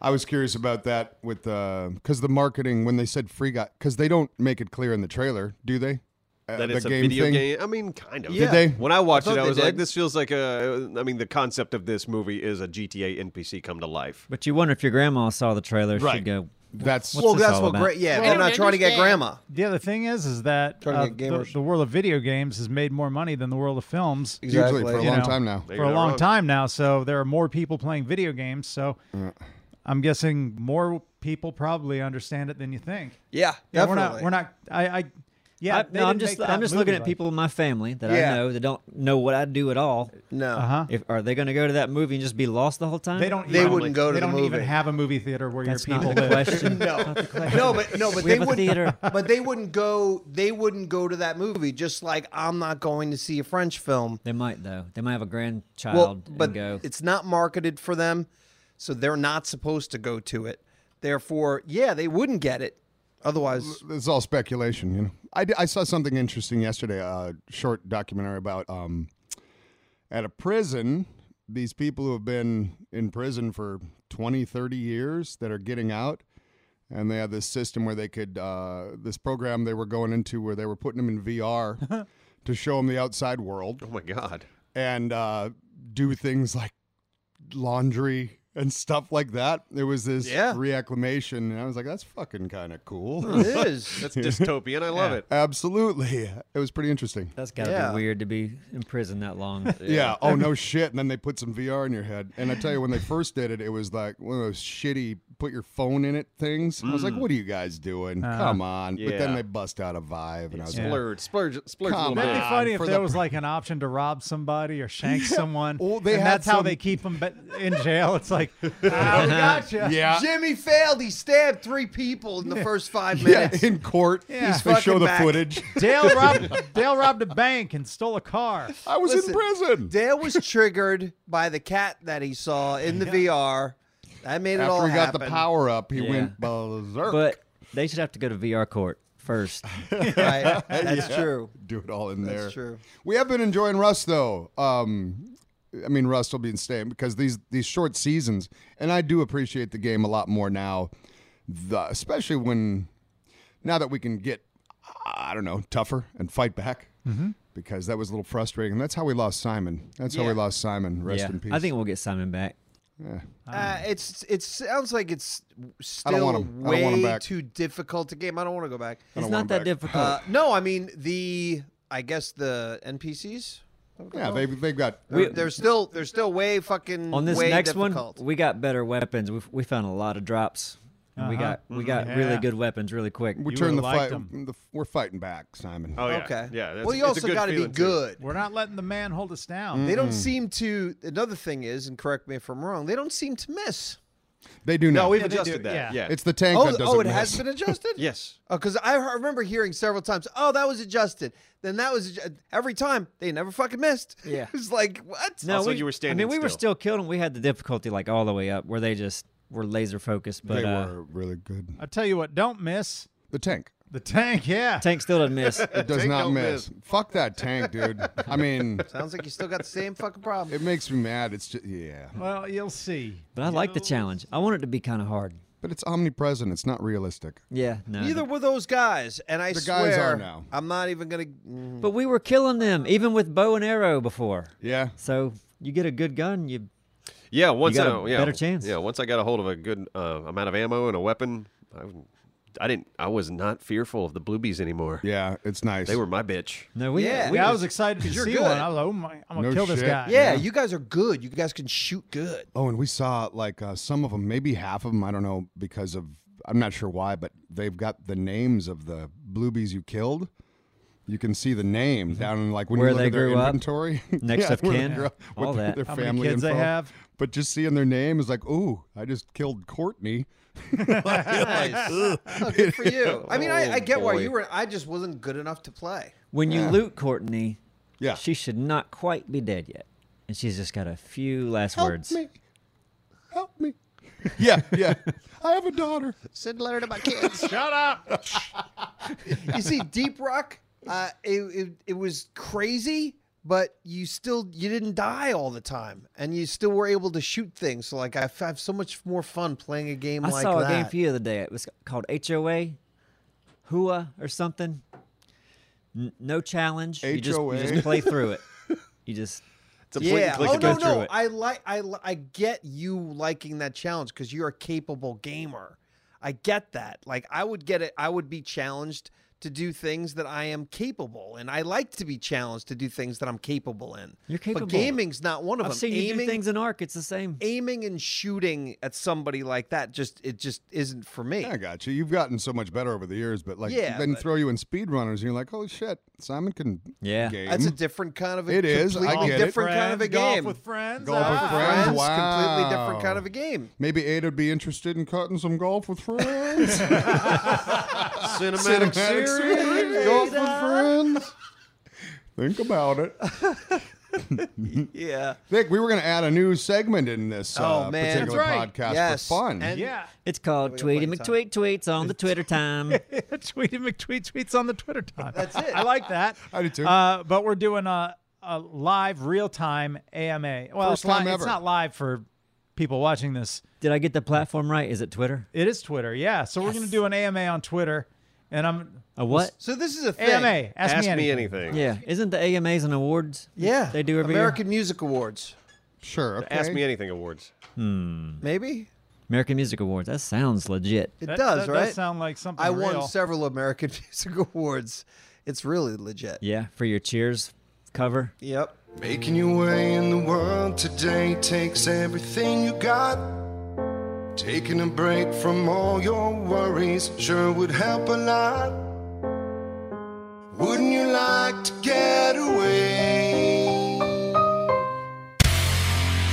S5: I was curious about that with because the marketing when they said free guy because they don't make it clear in the trailer, do they? Uh,
S4: that
S5: the
S4: it's a
S5: game
S4: video
S5: thing?
S4: game. I mean, kind of.
S1: Did Yeah.
S5: they?
S4: When I watched
S1: I
S4: it,
S1: thought
S4: I
S1: they
S4: was like,
S1: did.
S4: "This feels like a." I mean, the concept of this movie is a GTA NPC come to life.
S2: But you wonder if your grandma saw the trailer, she'd
S5: Right.
S2: go.
S5: That's
S2: What's
S1: well,
S2: this
S1: that's
S2: all
S1: what
S2: about?
S1: great. Yeah,
S6: Well,
S1: they're
S6: I
S1: not
S6: don't
S1: trying to get
S6: understand.
S1: grandma.
S3: The other thing is, is that
S1: Trying to
S3: uh,
S1: get
S3: the,
S1: gamers.
S3: the world of video games has made more money than the world of films
S5: usually for a
S1: You
S5: long
S1: know.
S5: time now.
S4: There
S3: for
S4: you're
S3: a
S4: not
S3: long
S4: wrong.
S3: time now. So there are more people playing video games. So I'm guessing more people probably understand it than you think.
S1: Yeah,
S3: Yeah,
S1: definitely.
S3: We're not. We're not. I. I yeah.
S2: I, no, I'm just I'm just looking at people in my family that
S1: Yeah.
S2: I know that don't know what I do at all.
S1: no.
S3: Uh huh.
S2: If are they going to go to that movie and just be lost the whole time?
S3: They don't.
S1: They
S3: even,
S1: wouldn't go to
S3: They
S1: the
S3: don't even
S1: movie.
S3: have a movie theater where
S2: That's
S3: your
S2: not
S3: people
S2: the
S3: live.
S2: question.
S1: No, no, but no, but
S2: We
S1: they
S2: have a
S1: wouldn't.
S2: theater.
S1: But they wouldn't go. They wouldn't go to that movie. Just like I'm not going to see a French film.
S2: They might though. They might have a grandchild
S1: Well,
S2: and
S1: but
S2: go.
S1: it's not marketed for them, so they're not supposed to go to it. Therefore, yeah, they wouldn't get it. Otherwise,
S5: It's all speculation, you know. I, d- I saw something interesting yesterday. A short documentary about um, at a prison, these people who have been in prison for 20, 30 years that are getting out, and they had this system where they could uh, this program they were going into where they were putting them in VR to show them the outside world
S4: Oh my god.
S5: and uh, do things like laundry and stuff like that. There was this
S1: Yeah.
S5: reacclimation, and I was like, that's fucking kind of cool.
S1: it is.
S4: That's dystopian. I love it.
S5: Absolutely. It was pretty interesting.
S2: That's got to
S1: Yeah.
S2: be weird to be in prison that long.
S5: Yeah. Oh no shit. And then they put some VR in your head. And I tell you, when they first did it, it was like one of those shitty put your phone in it things. I was
S1: Mm.
S5: like, what are you guys doing?
S1: Uh-huh.
S5: Come on. But then
S4: yeah.
S5: they bust out a Vive, and I was like,
S4: Splurge, splurge, splurge a
S5: Come
S4: little
S5: on.
S4: bit.
S3: That'd be funny if
S5: for
S3: there
S5: the-
S3: was like an option to rob somebody or shank someone.
S5: Well, they
S3: and
S5: had
S3: that's how
S5: some-
S3: they keep them in jail. It's like, ah, we gotcha.
S5: yeah.
S1: Jimmy failed. He stabbed three people in the first five
S5: Yeah,
S1: minutes.
S5: in court, they
S3: Yeah.
S1: fucking
S5: show the
S1: back.
S5: footage.
S3: Dale robbed Dale robbed a bank and stole a car.
S5: I was
S1: Listen,
S5: in prison.
S1: Dale was triggered by the cat that he saw in the VR. That made it all
S5: After he got
S1: happen.
S5: the power up, he
S2: Yeah.
S5: went berserk.
S2: but they should have to go to VR court first.
S1: Right? That's true.
S5: do it all in there.
S1: That's true.
S5: We have been enjoying Rust though. Um, I mean, Rust will be in staying because these these short seasons, and I do appreciate the game a lot more now. The, especially when now that we can get, I don't know, tougher and fight back. Mm-hmm. Because that was a little frustrating. And that's how we lost Simon. That's how we
S1: Yeah.
S5: lost Simon. Rest
S2: yeah.
S5: in peace.
S2: I think we'll get Simon back.
S1: Uh, it's it sounds like it's still
S5: I don't want 'em. I don't
S1: way
S5: want 'em back.
S1: too difficult to game. I don't want to go back.
S2: It's
S5: don't
S2: not
S5: want
S2: that
S5: him back.
S2: difficult.
S1: Uh, no, I mean the I guess the NPCs.
S5: yeah, they, they've got.
S1: They're, they're still they're still way fucking
S2: On this
S1: way
S2: next
S1: difficult.
S2: one, we got better weapons. We we found a lot of drops. And We got we got really
S3: Yeah.
S2: good weapons really quick.
S5: we
S3: You
S5: turn the
S3: would've
S5: fight.
S3: liked 'em.
S5: The, we're fighting back, Simon.
S4: Oh yeah.
S1: Okay.
S4: Yeah. that's-
S1: well, you
S4: it's a
S1: also
S4: good
S1: got to be
S4: feeling, too. Mm.
S1: good.
S3: We're not letting the man hold us down.
S1: They don't seem to. Another thing is, and correct me if I'm wrong, they don't seem to miss.
S5: They do
S4: No,
S5: now.
S4: we've
S3: Yeah, they do,
S4: adjusted that.
S3: yeah.
S4: Yeah.
S5: it's the tank
S1: Oh,
S5: that doesn't
S1: oh, it
S5: miss.
S1: has been adjusted.
S4: yes.
S1: Oh, because I he- remember hearing several times, "Oh, that was adjusted." Then that was adju- every time they never fucking missed.
S2: Yeah.
S1: it's like what?
S2: No,
S4: Also,
S2: we,
S4: you were
S2: I
S4: standing
S2: mean, we were
S4: still.
S2: still killed, and we had the difficulty like all the way up where they just were laser focused. But
S5: They
S2: uh,
S5: were really good.
S3: I'll tell you what, don't miss
S5: The tank.
S3: the tank. Yeah.
S2: Tank still didn't miss.
S5: It does
S4: Tank
S5: not
S4: don't
S5: miss. Fuck that tank, dude. I mean,
S1: Sounds like you still got the same fucking problem.
S5: it makes me mad. It's just yeah,
S3: Well, you'll see.
S2: But I like the challenge. I want it to be kind of hard.
S5: but it's omnipresent. It's not realistic.
S2: Yeah, no.
S1: Neither were those guys, and I
S5: The
S1: swear,
S5: guys are now. Mm-hmm.
S1: I'm not even gonna. mm,
S2: But we were killing them even with bow and arrow before.
S5: Yeah,
S2: So you get a good gun, you
S4: Yeah. Once
S2: got
S4: I
S2: a
S4: yeah,
S2: better chance.
S4: Yeah. Once I got a hold of a good uh, amount of ammo and a weapon, I, I didn't. I was not fearful of the bluebies anymore.
S5: yeah, it's nice.
S4: They were my bitch.
S2: no we
S1: Yeah.
S2: we
S3: Yeah, I
S2: was-
S3: was excited to
S1: you're
S3: see
S1: good.
S3: one. I was like, oh my, I'm gonna
S5: No
S3: kill this
S5: shit.
S3: guy.
S1: yeah, you guys are good. You guys can shoot good.
S5: Oh, and we saw like uh, some of them, maybe half of them. I don't know because of I'm not sure why, but they've got the names of the bluebies you killed. You can see the
S4: Mm-hmm.
S5: name down in like when
S2: Where
S5: you look
S2: they
S5: at their
S2: grew up,
S5: inventory,
S2: next of
S5: where they
S2: kin,
S5: grew up,
S2: all
S5: what their-
S2: that.
S5: their
S3: How many
S5: family
S3: kids they
S5: info.
S3: have.
S5: But just seeing their name is like, ooh, I just killed Courtney.
S1: Nice. Oh, good for you. I mean, I, I get why
S4: boy.
S5: Oh,
S1: you were. I just wasn't good enough to play.
S2: when you loot Courtney,
S5: Yeah.
S2: she should not quite be dead yet, and she's just got a few last words.
S5: Help me. Help Yeah, yeah. I have a daughter.
S1: Send a letter to my kids.
S3: Shut up.
S1: you see, Deep Rock, uh, it, it it was crazy, but you still you didn't die all the time, and you still were able to shoot things. So like I f- have so much more fun playing a game
S2: I
S1: like
S2: saw
S1: that.
S2: a game for you the other day. It was called HOA, HUA or something. N- no challenge. You just, you
S5: HOA.
S2: just play through it. You just
S4: It's a point
S1: Yeah.
S4: and click
S1: Oh no,
S4: adventure.
S2: through
S1: no.
S2: it.
S1: I like. I li- I get you liking that challenge because you're a capable gamer. I get that. Like I would get it. I would be challenged to do things that I am capable, and I like to be challenged to do things that I'm capable in.
S2: You're capable.
S1: But gaming's not one of
S2: I've
S1: them.
S2: seen you do
S1: aiming,
S2: things in Arc. It's the same.
S1: aiming and shooting at somebody like that just it just isn't for me.
S5: I got you. You've gotten so much better over the years, but like
S1: Yeah,
S5: then
S1: but-
S5: throw you in speedrunners and you're like, holy shit, Simon can
S2: Yeah.
S5: game.
S1: That's a different kind of a
S5: It is, I
S1: completely
S5: get it.
S1: different kind of a
S3: Friends, golf
S1: game.
S3: with friends.
S5: Golf with
S3: ah.
S5: friends.
S1: Friends,
S5: Wow.
S1: completely different kind of a game.
S5: Maybe Ada'd be interested in cutting some golf with friends.
S4: Cinematic series.
S5: golf with friends. Think about it.
S1: Yeah.
S5: Vic, we were going to add a new segment in this
S1: Oh,
S5: uh,
S1: man.
S5: particular
S3: That's right.
S5: podcast
S1: Yes.
S5: for fun.
S1: And-
S3: Yeah.
S2: It's called
S1: we got
S2: Tweety
S1: plenty
S2: McTweet Tweets on the Twitter time.
S3: Tweety McTweet tweets on the Twitter time.
S1: That's it.
S3: I like that.
S5: I do too.
S3: Uh, but we're doing a, a live, real time AMA. Well,
S5: First
S3: it's, li-
S5: time
S3: it's
S5: ever.
S3: not live for people watching this.
S2: Did I get the platform right? Is it Twitter?
S3: It is Twitter. Yeah. So we're going to do an AMA on Twitter. And I'm
S2: A what?
S1: So this is a thing.
S3: AMA. Ask,
S4: Ask,
S3: me anything.
S2: Yeah. Isn't the AMAs and awards?
S1: Yeah.
S2: They do every year?
S1: American Music Awards.
S5: sure. Okay.
S4: Ask me anything awards.
S1: Maybe?
S2: American Music Awards. That sounds legit.
S1: It
S3: That-
S1: does,
S3: that
S1: right?
S3: sound like something
S1: I won
S3: real.
S1: several American Music Awards. It's really legit.
S2: Yeah. For your Cheers cover.
S1: Yep.
S6: Making your way in the world today takes everything you got. Taking a break from all your worries sure would help a lot. Wouldn't you like to get away?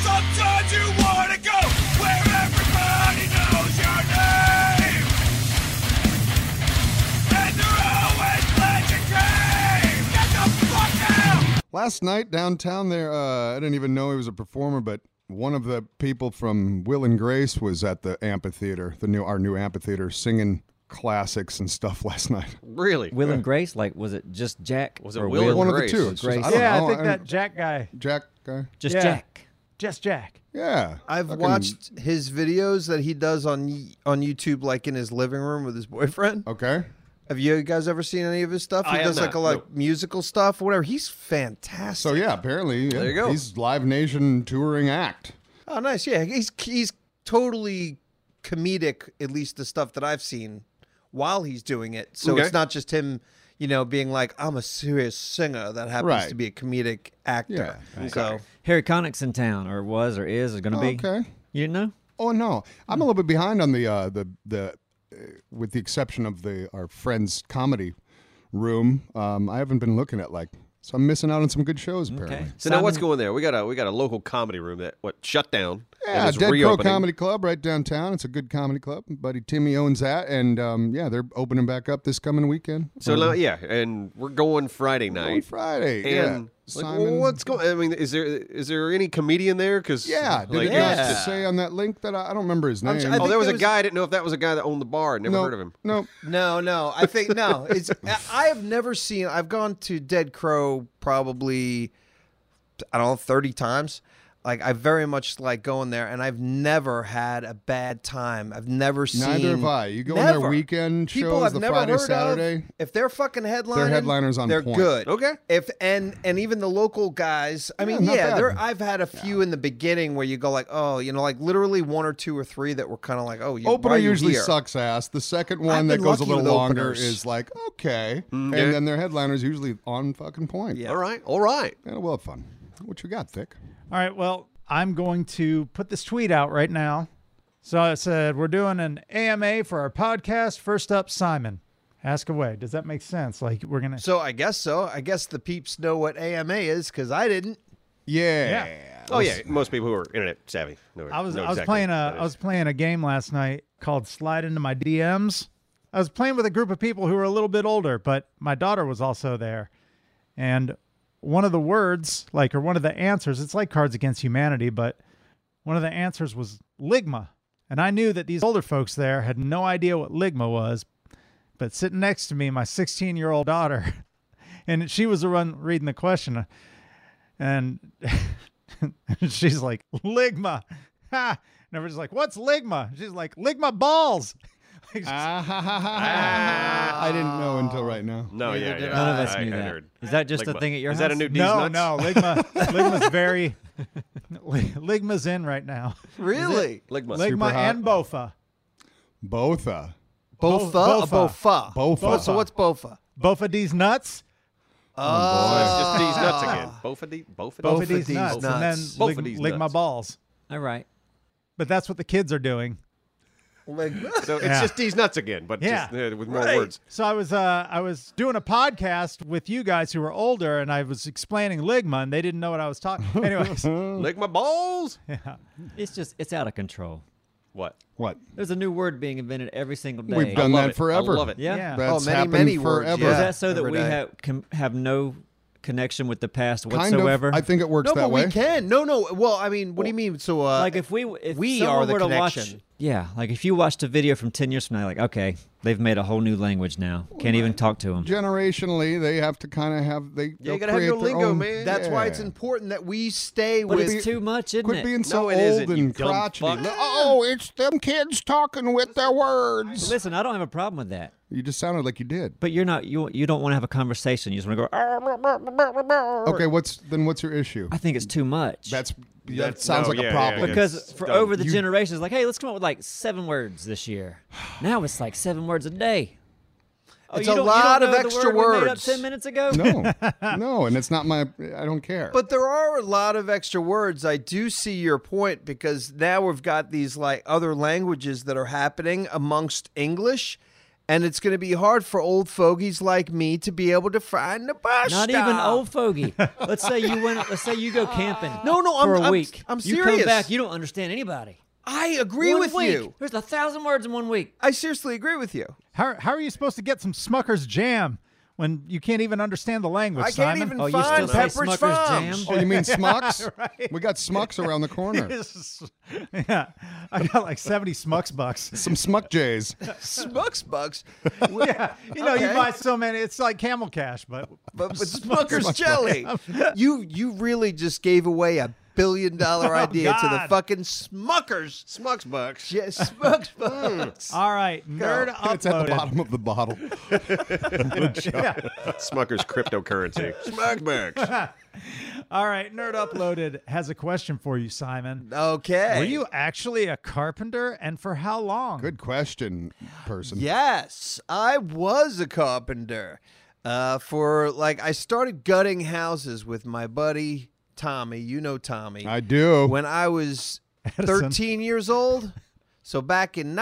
S7: Sometimes you wanna go where everybody knows your name. And they're always playing your game. Get the fuck out!
S5: Last night downtown there, uh, I didn't even know he was a performer, but one of the people from Will and Grace was at the amphitheater, the new our new amphitheater, singing classics and stuff last night.
S4: Really?
S2: Will and Grace, like, was it just Jack?
S4: Was it
S2: or
S4: Will and
S5: One
S4: Grace.
S5: of the two. It's just-
S2: Grace.
S5: I don't
S3: Yeah,
S5: know.
S3: I think
S5: I-
S3: that Jack guy.
S5: Jack guy.
S2: Just
S3: Yeah.
S2: Jack.
S3: Just Jack.
S5: Yeah,
S1: I've
S5: Fucking-
S1: watched his videos that he does on y- on YouTube, like in his living room with his boyfriend.
S2: Oh.
S5: Okay.
S1: Have you guys ever seen any of his stuff? He
S4: I have
S1: does like a
S4: not,
S1: lot
S4: no.
S1: of musical stuff, whatever. He's fantastic.
S5: So yeah, apparently yeah,
S4: There you go.
S5: He's Live Nation touring act.
S1: Oh, nice. Yeah, he's he's totally comedic. At least the stuff that I've seen while he's doing it. So
S4: Okay.
S1: it's not just him, you know, being like, "I'm a serious singer that happens
S5: Right.
S1: to be a comedic actor."
S5: Yeah,
S1: So
S2: Harry Connick's in town, or was, or is, or going to be.
S5: Okay.
S2: You didn't know?
S5: Oh no, I'm a little bit behind on the uh, the the, uh, with the exception of the our friends comedy room. Um, I haven't been looking at like, so I'm missing out on some good shows apparently.
S2: Okay.
S4: So now what's
S2: Simon-
S4: going there? We got a we got a local comedy room that what shut down. and
S5: Yeah,
S4: is
S5: Dead Crow
S4: reopening.
S5: Comedy Club right downtown. It's a good comedy club. My buddy Timmy owns that, and um, yeah, they're opening back up this coming weekend.
S4: So now, yeah, and we're going Friday night.
S5: on Friday. yeah,
S4: And like, well, what's going? I mean, is there is there any comedian there? Because
S5: Yeah, did
S4: like,
S5: it
S4: it's
S5: not
S4: just-
S5: say on that link that I, I don't remember his name?
S1: I'm- I
S4: oh,
S1: think
S4: there was
S1: there
S4: a
S1: was-
S4: guy. I didn't know if that was a guy that owned the bar. Never
S5: no,
S4: heard of him.
S5: No,
S1: no, no. I think no. It's I- I have never seen. I've gone to Dead Crow probably, I don't know, thirty times. Like I very much like going there, and I've never had a bad time. I've never seen.
S5: neither have I. You go on
S1: Never.
S5: their weekend
S1: People
S5: shows,
S1: I've
S5: the
S1: never
S5: Friday,
S1: heard
S5: Saturday.
S1: Of, if they're fucking headlining,
S5: headliners on
S1: They're
S5: point.
S1: good.
S4: Okay.
S1: If and and even the local guys. I mean,
S5: not
S1: yeah,
S5: bad.
S1: there. I've had a few in the beginning where you go like, oh, you know, like literally one or two or three that were kind of like, oh, you, why
S5: Opener
S1: are you
S5: usually
S1: here?
S5: sucks ass. The second
S1: I've
S5: one that
S1: been
S5: goes a
S1: lucky
S5: little
S1: with
S5: longer
S1: openers.
S5: is like okay, and
S4: yeah.
S5: then their headliners usually on fucking point.
S1: Yeah.
S4: All right, all right.
S5: and we'll have fun. What you got, Vic?
S3: All right. Well, I'm going to put this tweet out right now. So I said, we're doing an AMA for our podcast. First up, Simon. Ask away. Does that make sense? Like, we're going to.
S1: So I guess so. I guess the peeps know what AMA is because I didn't.
S5: Yeah.
S4: Oh yeah, most people who are internet savvy. Know,
S3: I was
S4: know
S3: I was
S4: exactly
S3: playing
S4: what
S3: a
S4: that
S3: I was
S4: is.
S3: playing a game last night called Slide into My DMs. I was playing with a group of people who were a little bit older, but my daughter was also there. And one of the words, like or one of the answers, it's like Cards Against Humanity, but one of the answers was ligma. and I knew that these older folks there had no idea what Ligma was. But sitting next to me, my 16 year old daughter, and she was the one reading the question, and she's like, Ligma. Ha! And everybody's like, What's Ligma? She's like, Ligma balls. Like,
S5: Ah, I didn't know until right now.
S4: No, yeah, yeah.
S2: None of us
S4: I-
S2: knew
S4: I
S2: that.
S4: heard.
S2: Is that just a
S4: Ligma.
S2: thing at your
S4: Is
S2: house?
S4: that a new D's
S3: no,
S4: nuts?
S3: no, Ligma, Ligma's very, Ligma's in right now.
S1: Really?
S4: Ligma.
S3: Ligma
S5: hot.
S3: and Bofa.
S5: Botha.
S1: Bofa?
S3: Bo-
S1: A
S3: Bofa.
S1: Bofa.
S5: Bofa.
S1: Oh, so what's Bofa?
S3: Bofa D's nuts.
S4: Oh, it's just D's nuts again. Both of these. Both of
S3: Bofa
S1: Bofa
S3: D's
S1: D's
S3: nuts. And then
S1: nuts.
S4: Bofa
S3: Lig-
S4: D's
S3: Ligma
S4: nuts.
S3: balls.
S2: All right.
S3: But that's what the kids are doing.
S1: Ligma.
S4: So it's
S3: Yeah.
S4: just D's nuts again, but just
S3: Yeah.
S4: uh, with more
S1: Right.
S4: words.
S3: So I was uh, I was doing a podcast with you guys who were older, and I was explaining Ligma, and they didn't know what I was talking. Anyways,
S4: Lick my balls.
S2: It's just it's out of control.
S4: What?
S5: What?
S2: There's a new word being invented every single day.
S5: We've done
S4: love
S5: that
S4: it. I
S5: forever.
S4: love it.
S2: Yeah.
S3: Yeah.
S5: That's
S1: Oh, many,
S5: happened
S1: many words,
S5: forever.
S2: Is
S1: yeah.
S2: that so that
S1: every
S2: we
S1: day.
S2: have can have no connection with the past
S5: Kind
S2: whatsoever?
S5: of. I think it works
S1: No,
S5: that
S1: but
S5: way.
S1: we can. No, no. Well, I mean, what do you mean? So, uh,
S2: like if we if
S1: we
S2: someone
S1: are the
S2: were to watch
S1: connection.
S2: yeah like if you watched a video from 10 years from now like okay they've made a whole new language now can't even talk to them
S5: Generationally, they have to kind of have they.
S4: Yeah,
S5: they'll
S4: you gotta have
S5: create
S4: your
S5: their
S4: lingo,
S5: own-
S4: man.
S1: that's why it's
S5: Yeah.
S1: important that we stay
S2: but
S1: with.
S2: it's too much isn't
S5: Quit
S2: it
S5: being so
S4: No, it
S5: old
S4: isn't, you
S5: and
S4: dumb
S5: crotchety.
S4: fuck.
S5: Oh, it's them kids talking with their words.
S2: listen i don't have a problem with that
S5: You just sounded like you did.
S2: but you're not you you don't want to have a conversation you just want to go "Ah."
S5: Okay, what's then? What's your issue?
S2: i think it's too much
S5: That's that
S4: That-
S5: sounds
S4: no,
S5: like
S4: yeah, yeah,
S5: a problem.
S4: yeah.
S2: because
S4: it's
S2: for
S4: dumb.
S2: over the
S5: You-
S2: generations like hey let's come up with like seven words this year now it's like seven words a day Oh,
S1: It's
S2: you
S1: a
S2: don't- you don't
S1: lot of
S2: know the
S1: extra
S2: word we made up
S1: words.
S2: 10 minutes ago
S5: No, no, and it's not my. I don't care.
S1: But there are a lot of extra words. I do see your point because now we've got these like other languages that are happening amongst English, and it's going to be hard for old fogies like me to be able to find the pasta.
S2: Not even old fogey. Let's say you went. Let's say you go camping.
S1: No, no, I'm-
S2: for a
S1: I'm-
S2: week.
S1: I'm
S2: You come
S1: serious.
S2: back, you don't understand anybody.
S1: I agree
S2: one
S1: with
S2: week.
S1: you.
S2: There's a thousand words in one week.
S1: I seriously agree with you.
S3: how, how are you supposed to get some Smucker's jam when you can't even understand the language?
S1: I can't
S3: Simon?
S1: even
S2: Oh, you
S1: find
S2: still say
S1: Pepperidge
S2: Smucker's
S1: Farm.
S2: jam?
S5: oh, you mean Smucks? We got Smucks around the corner.
S3: yeah, I got like seventy Smucks bucks.
S5: Some Smuck Jays.
S1: Smucks Bucks,
S3: yeah, you know you
S1: Okay.
S3: buy so many. It's like Camel Cash, but
S1: but with Smucker's jelly. You you really just gave away a billion
S2: Oh,
S1: dollar idea to the
S3: God.
S1: fucking Smuckers.
S4: Smucks bucks.
S1: Yeah, Smucks Hmm. Bucks.
S3: all right, nerd uploaded.
S5: It's at the bottom of the bottle.
S3: Yeah.
S4: Smucker's cryptocurrency. Smuck bucks.
S3: All right, Nerd Uploaded has a question for you, Simon.
S1: Okay.
S3: Were you actually a carpenter and for how long?
S5: Good question, person.
S1: Yes, I was a carpenter. Uh, for like, I started gutting houses with my buddy Tommy. You know Tommy.
S5: I do.
S1: When I was 13 years old. So back in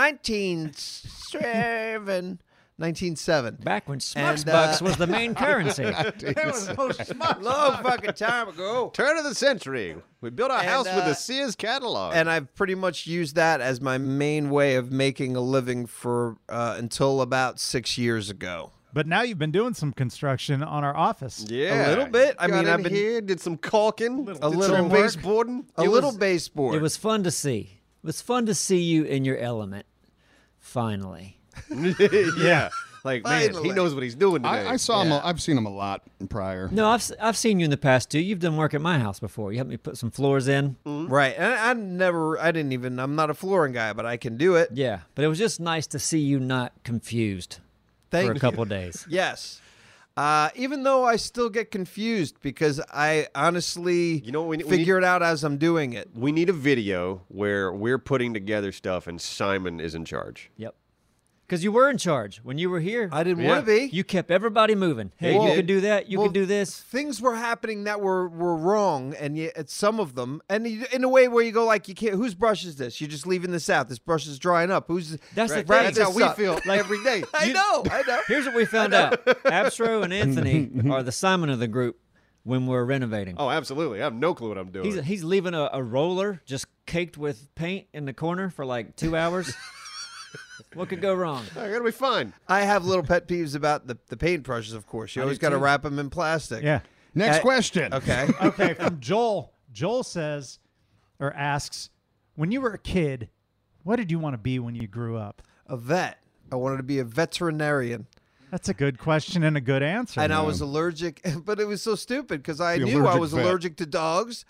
S1: 1907. 1907.
S2: Back when Smucks
S1: And, uh,
S2: Bucks was the main currency.
S3: That was no smart.
S1: Long fucking time ago.
S4: Turn of the century. We built our
S1: And,
S4: house with
S1: uh,
S4: a Sears catalog.
S1: And I've pretty much used that as my main way of making a living for uh, until about six years ago.
S3: But now you've been doing some construction on our office.
S4: yeah,
S1: little bit. I
S4: Got
S1: mean,
S4: in
S1: I've been-
S4: here, did some caulking, did
S1: little
S4: some
S1: work.
S4: baseboarding,
S1: A
S4: It
S1: little
S4: was-
S1: baseboard.
S2: it was fun to see. It was fun to see you in your element. Finally,
S4: yeah. Like man, he
S1: Finally.
S4: knows what he's doing today.
S5: I, I saw him. A, I've seen him a lot prior.
S2: no, I've s- I've seen you in the past too. You've done work at my house before. You helped me put some floors in.
S1: Right. And I I never, I didn't even, I'm not a flooring guy, but I can do it.
S2: Yeah, but it was just nice to see you not confused
S1: Thank
S2: for a
S1: you.
S2: couple days.
S1: Yes. Uh, even though I still get confused because I honestly
S4: You know what we need- we
S1: figure it out as I'm doing it.
S4: we need a video where we're putting together stuff and Simon is in charge.
S2: Yep. Because you were in charge when you were here.
S1: I didn't
S4: Yeah.
S1: want to be.
S2: You kept everybody moving. Hey,
S4: Well-
S2: you could do that. You
S1: Well,
S2: could do this.
S1: Things were happening that were, were wrong, and yet at some of them, and you- in a way where you go like, you can't. Whose brush is this? You're just leaving this out. This brush is drying up. Who's
S2: That's the
S1: right,
S2: thing.
S1: this
S2: That's how we
S1: up.
S4: feel every day.
S1: I
S2: You-
S1: know. I know.
S2: Here's what we found out: Abstro and Anthony are the Simon of the group when we're renovating.
S4: Oh, absolutely. I have no clue what I'm doing.
S2: He's he's leaving a, a roller just caked with paint in the corner for like two hours. what could go wrong?
S4: Oh, you're gonna be fine.
S1: I have little pet peeves about the, the paint brushes. Of course, you always
S2: do
S1: got to
S2: too.
S1: wrap them in plastic.
S3: Yeah.
S5: Next
S1: Uh,
S5: question.
S1: Okay.
S3: Okay, from Joel. Joel says or asks, when you were a kid, What did you want to be when you grew up?
S1: A vet. I wanted to be a veterinarian.
S3: That's a good question and a good answer.
S1: and I was allergic, but it was so stupid because I
S5: The
S1: knew I
S5: allergic
S1: was
S5: vet.
S1: allergic to dogs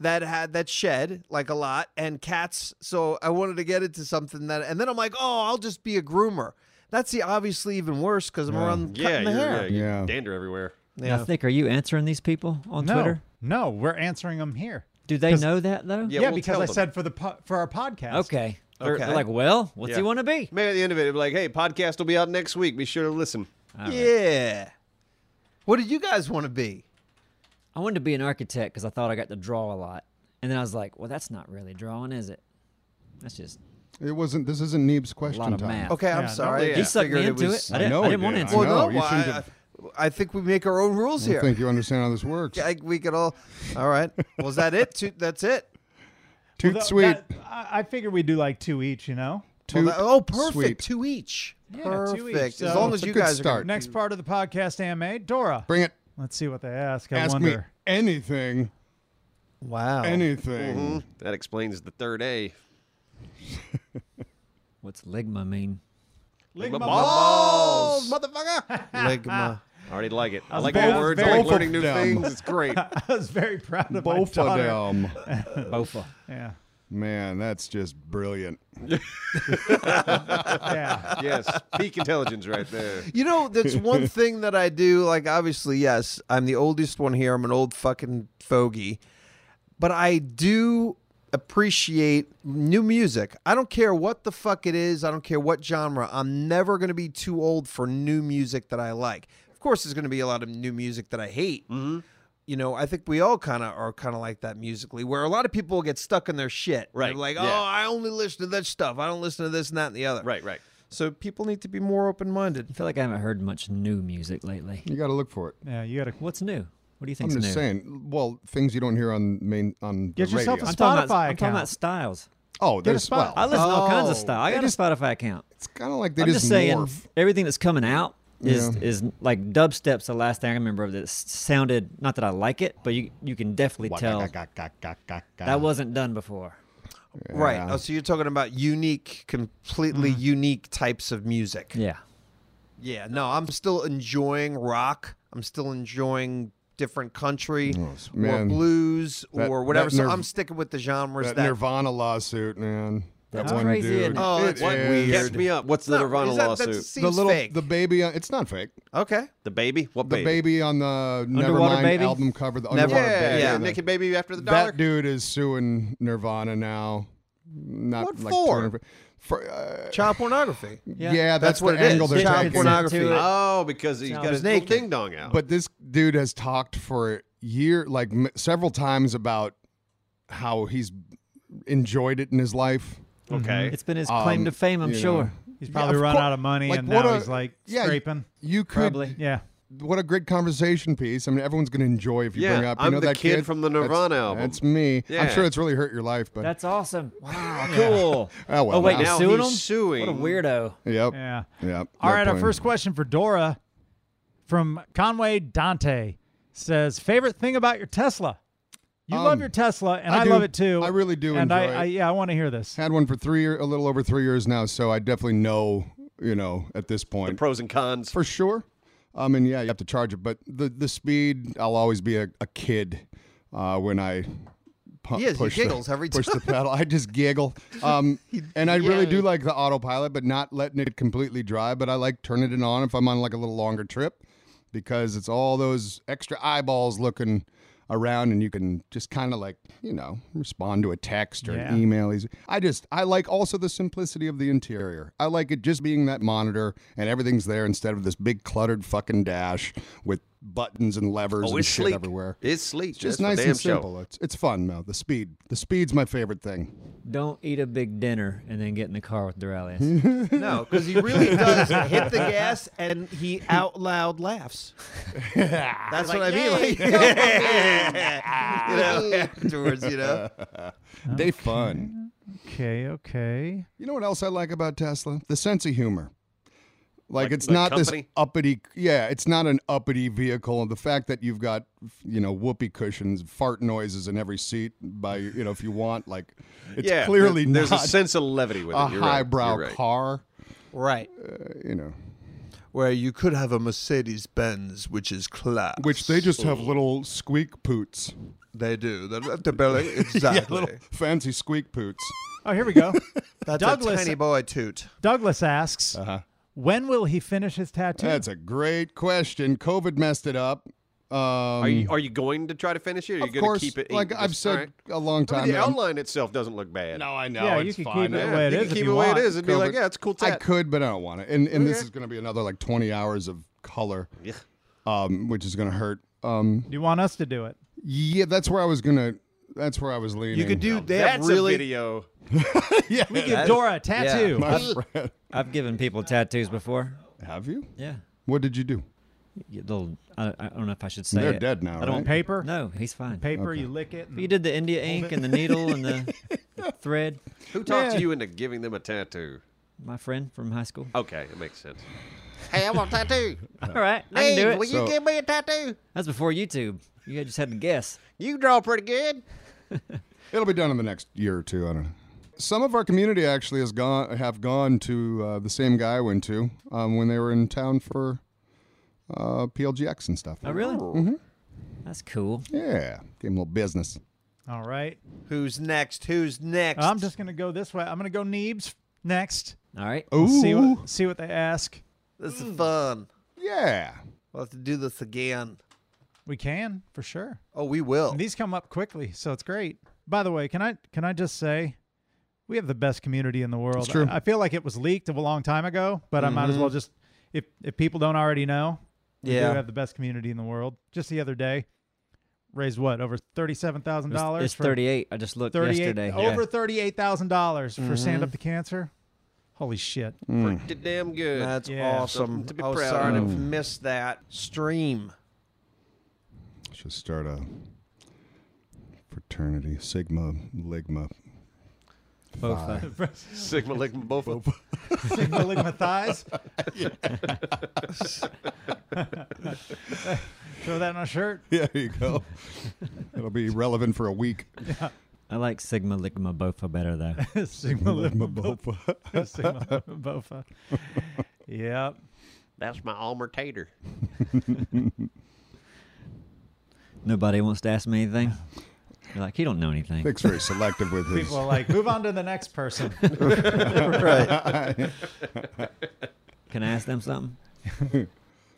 S1: that had that shed like a lot and cats. So I wanted to get into something that, and then I'm like, oh, I'll just be a groomer. That's the obviously even worse because I'm around
S4: Yeah,
S1: cutting
S4: you're,
S1: the
S4: yeah,
S1: hair.
S4: you
S5: Yeah.
S4: dander everywhere.
S2: Now, Thick, are you answering these people on
S3: no,
S2: Twitter?
S3: no, we're answering them here.
S2: Do they know that though?
S4: Yeah,
S3: Yeah,
S4: we'll
S3: because
S4: tell
S3: I
S4: them.
S3: said for the po- for our podcast.
S2: Okay. They're,
S1: Okay.
S2: they're like, well, what's
S4: Yeah.
S2: he want to be?
S4: Maybe at the end of it, it'll be like, hey, podcast will be out next week. Be sure to listen.
S1: Yeah. What did you guys want to be?
S2: I wanted to be an architect because I thought I got to draw a lot, and then I was like, well, that's not really drawing, is it? That's just
S5: It wasn't. This isn't Neeb's
S2: a
S5: question
S2: lot of
S5: time.
S2: math.
S1: Okay, I'm
S3: Yeah,
S1: sorry.
S4: don't-
S1: I
S2: You
S4: Yeah.
S1: just
S2: sucked me
S1: figured
S2: into it.
S1: was-
S2: I didn't,
S5: know
S2: I
S5: it
S2: didn't want to
S5: did.
S2: answer.
S5: I
S1: Well, no,
S5: know, you
S1: I-
S5: shouldn't
S1: I, I think we make our own rules
S5: I don't
S1: here.
S5: think you understand how this works.
S1: I, we could all. All right. Well, is that it? Toot- That's it.
S5: Toot
S3: Th-
S5: sweet.
S3: that- I, I figure we do like two each, you know.
S1: Well,
S5: Toot
S1: that- oh, perfect.
S5: sweet.
S1: Two each.
S3: Yeah,
S1: perfect.
S3: two each.
S1: As
S3: So-
S1: long
S5: That's
S1: as
S5: a
S1: you
S5: good
S1: guys are
S5: start.
S3: Next part of the podcast, AMA, Dora.
S5: Bring it.
S3: Let's see what they ask. I
S5: Ask me
S3: wonder.
S5: anything. Oh.
S1: Wow.
S5: Anything.
S4: That explains the third A.
S2: What's ligma mean?
S4: Lick my
S5: Balls,
S1: Oh,
S4: balls.
S5: motherfucker.
S1: Ligma.
S4: I already like it. I
S3: was
S4: like
S3: very-
S4: new words. I
S3: very-
S4: like learning new
S5: Both of them.
S4: things. It's great.
S3: I was very proud of
S5: Both
S3: my
S5: of
S3: daughter.
S5: them.
S2: Bofa.
S3: Yeah,
S5: Man, that's just brilliant.
S3: yeah.
S4: yes, peak intelligence right there.
S1: You know, that's one thing that I do. Like, obviously, yes, I'm the oldest one here. I'm an old fucking fogey. But I do appreciate new music. I don't care what the fuck it is. I don't care what genre. I'm never going to be too old for new music that I like. Of course, there's going to be a lot of new music that I hate.
S4: Mm-hmm.
S1: You know, I think we all kind of are kind of like that musically, where a lot of people get stuck in their shit. They're
S4: Right,
S1: like,
S4: yeah.
S1: oh, I only listen to this stuff. I don't listen to this and that and the other.
S4: Right, right.
S1: So people need to be more open minded.
S2: I feel like I haven't heard much new music lately.
S5: You got to look for it.
S3: Yeah, you gotta
S2: What's new? What do you
S5: I'm
S2: think's
S5: just
S2: new?
S5: saying. Well, things you don't hear on main on
S3: Get
S5: the
S3: yourself
S5: radio.
S3: a
S2: I'm talking, about,
S3: Spotify
S2: I'm talking about
S3: account.
S2: styles.
S5: oh, there's
S3: spot.
S2: I
S5: well,
S2: listen to all kinds of
S1: Oh,
S2: stuff. I got a Spotify account.
S5: it's kind of like they
S2: I'm just saying
S5: morph.
S2: everything that's coming out is
S5: Yeah.
S2: is like dubstep's the last thing I remember that s- sounded not that I like it, but you you can definitely tell that wasn't done before.
S1: Right.
S5: Yeah. Mm-hmm.
S1: Oh, so you're talking about unique, completely unique types of music.
S2: Yeah.
S1: Yeah, No, I'm still enjoying rock. I'm still enjoying different country
S5: Yes,
S1: or
S5: man.
S1: blues
S5: That-
S1: or whatever.
S5: that
S1: so
S5: Nirv-
S1: I'm sticking with the genres
S5: that
S1: that.
S5: Nirvana lawsuit, man. That
S2: That's
S5: one
S2: crazy,
S5: dude.
S2: isn't it?
S1: Oh, that's
S5: It
S1: weird.
S5: is.
S4: Catch me up. What's the
S1: No,
S4: Nirvana
S1: is that- that
S4: lawsuit?
S1: seems
S5: The little
S1: fake.
S5: the baby. On, it's not fake.
S1: okay.
S4: The baby? What
S5: The
S4: baby?
S5: baby on the
S2: Underwater
S5: Nevermind
S2: Baby?
S5: album cover. The
S1: Never-
S5: Underwater
S4: Yeah, yeah,
S5: baby.
S1: yeah.
S4: Naked baby after the dollar.
S5: That dude is suing Nirvana now. Not
S1: What
S5: like
S1: for?
S5: 200 For, uh,
S1: Child pornography.
S5: yeah,
S2: Yeah.
S5: that's,
S1: That's what
S5: the
S1: it is.
S5: angle they're
S1: Child
S5: taking.
S1: pornography.
S2: Into it.
S4: Oh, because he's got
S2: Sounds
S4: his little
S1: naked.
S4: ding dong out.
S5: But this dude has talked for year, like m- several times about how he's enjoyed it in his life.
S4: okay.
S2: It's been his claim
S5: Um,
S2: to fame, I'm
S5: you
S2: sure.
S3: He's probably
S5: of
S3: run
S5: cour-
S3: out of money
S5: like,
S3: and
S5: what
S3: now
S5: a-
S3: he's like
S5: yeah,
S3: scraping.
S5: You could.
S2: Probably.
S3: Yeah.
S5: What a great conversation piece. I mean, everyone's going to enjoy if you
S4: Yeah,
S5: bring up. You
S4: I'm
S5: know
S4: the
S5: that
S4: kid from the Nirvana
S5: that's,
S4: album.
S5: That's me. I'm
S4: Yeah.
S5: sure it's really hurt your life, but
S2: That's awesome. Wow. Cool.
S5: Oh, well,
S2: oh wait, you're
S5: now
S2: suing
S4: he's
S2: him?
S4: suing.
S2: What a weirdo.
S5: yep,
S3: Yeah.
S5: yep.
S3: All
S5: no
S3: right, our
S5: point.
S3: first question for Dora from Conway Dante says, favorite thing about your Tesla? You
S5: Um,
S3: love your Tesla, and
S5: I
S3: I,
S5: do.
S3: love it too.
S5: I really do
S3: And I,
S5: enjoy it.
S3: I yeah, I want to hear this.
S5: had one for three, year, a little over three years now, so I definitely know, you know, at this point.
S4: Pros and cons.
S5: for sure. I mean, yeah, you have to charge it, but the the speed, I'll always be a, a kid uh, when I pu-
S1: Yes, he
S5: push the-
S1: giggles every
S5: push the pedal. I just giggle, um, and I really do like the autopilot, but not letting it completely dry. But I like turning it on if I'm on like a little longer trip, because it's all those extra eyeballs looking around, and you can just kind of like you know respond to a text or
S3: Yeah.
S5: an email. Easy. I just I like also the simplicity of the interior. I like it just being that monitor and everything's there instead of this big cluttered fucking dash with buttons and levers
S4: Oh,
S5: and
S4: it's
S5: shit
S4: sleek.
S5: everywhere.
S4: It's sleek.
S5: Just
S4: That's
S5: nice
S4: for
S5: and
S4: damn
S5: simple. It's, it's fun though. The speed, the speed's my favorite thing.
S2: Don't eat a big dinner and then get in the car with Duralius.
S1: No, because he really does hit the gas and he out loud laughs. That's what I mean. Like, you know, afterwards, you know.
S5: They fun.
S3: Okay, okay.
S5: You know what else I like about Tesla? The sense of humor. Like,
S4: Like-
S5: it's
S4: like
S5: not this
S4: company?
S5: uppity. Yeah, it's not an uppity vehicle. The fact that you've got you know whoopee cushions, fart noises in every seat by you know if you want, like it's
S4: yeah,
S5: clearly
S4: there- there's
S5: not
S4: a sense of levity with
S5: a
S4: it. You're right.
S5: highbrow
S4: You're right.
S5: car.
S1: Right.
S5: You know,
S8: where you could have a Mercedes Benz, which is class.
S5: which they just have little squeak poots,
S8: they do. They lift the belly exactly.
S5: little fancy squeak poots.
S3: Oh, here we go.
S8: That's
S3: Douglas-
S8: a tiny boy toot.
S3: Douglas asks, when will he finish his tattoo?
S5: Uh-huh. That's a great question. COVID messed it up. Um,
S4: Are you are you going to try to finish it? Or are
S5: of
S4: you going
S5: course,
S4: to keep it? inked?
S5: like I've
S4: Just-
S5: said
S4: all right.
S5: a long
S4: I
S5: time.
S4: mean, the
S5: that I'm-
S4: outline itself doesn't look bad.
S5: No, I know.
S3: Yeah, you
S5: it's
S3: can keep
S5: fine.
S3: it
S5: I-
S3: the way it
S4: you can
S3: is if
S4: keep
S3: you
S4: it the way it
S3: want.
S4: is and be like, yeah, it's a cool
S5: I
S4: tat.
S5: could, but I don't want it. And and this
S4: Okay.
S5: is going to be another like 20 hours of color,
S4: Yeah.
S5: um, which is going to hurt. Um,
S3: you want us to do it?
S5: yeah, that's where I was gonna. That's where I was leaning.
S8: You could do. They have
S4: That's a
S8: really.
S4: video.
S5: yeah.
S3: We give Dora a tattoo.
S5: my friend.
S2: I've given people tattoos before.
S5: Have you?
S2: Yeah.
S5: What did you do?
S2: You- They'll, I, I don't know if I should say
S5: They're
S2: it.
S5: dead now,
S2: I don't
S5: right?
S3: Paper?
S2: No, he's fine.
S3: Paper, you lick it.
S2: You did the India ink and the needle and the thread,
S4: Who talked you into giving them a tattoo?
S2: my friend from high school.
S4: Okay, it makes sense.
S9: Hey, I want a tattoo.
S2: All right, I can do
S9: Hey, will
S2: it.
S9: you
S5: So-
S9: give me a tattoo?
S2: That's before YouTube. You guys just had to guess.
S9: You draw pretty good.
S5: It'll be done in the next year or two. I don't know. Some of our community actually has gone have gone to uh, the same guy I went to um, when they were in town for uh, PLGX and stuff.
S2: Oh, really? That's cool.
S5: Yeah, gave him a little business.
S3: All right.
S1: Who's next? Who's next?
S3: I'm just going to go this way. I'm going to go Neebs next.
S2: All right.
S5: Ooh,
S3: See what, see what they ask.
S1: This is fun.
S5: yeah.
S1: We'll have to do this again.
S3: We can, for sure.
S1: Oh, we will.
S3: And these come up quickly, so it's great. By the way, can I can I just say we have the best community in the world.
S5: It's true. Mm-hmm.
S3: I, I feel like it was leaked of a long time ago, but I might as well just if if people don't already know, we do
S1: Yeah.
S3: have the best community in the world. Just the other day, raised what over thirty seven thousand
S2: It's,
S3: dollars.
S2: it's 38. I just looked yesterday.
S3: over thirty eight thousand dollars for stand up to cancer. Holy shit!
S4: Pretty damn good.
S1: That's
S3: Yeah.
S1: awesome.
S4: Something to be
S1: I was
S4: proud
S1: sorry
S4: of.
S1: to miss that stream.
S5: Should start a fraternity, Sigma, Ligma.
S2: Bofa.
S4: Sigma Ligma Bofa.
S3: Sigma Ligma thighs. Throw that on a shirt.
S5: Yeah, there you go. It'll be relevant for a week.
S2: I like Sigma Ligma Bofa better though.
S3: Sigma Ligma Bofa. Sigma Ligma Bofa. Yep.
S4: That's my Almer Tater.
S2: Nobody wants to ask me anything. You're like, he don't know anything.
S5: Nick's very selective with his.
S3: People are like, move on to the next person.
S2: Can I ask them something?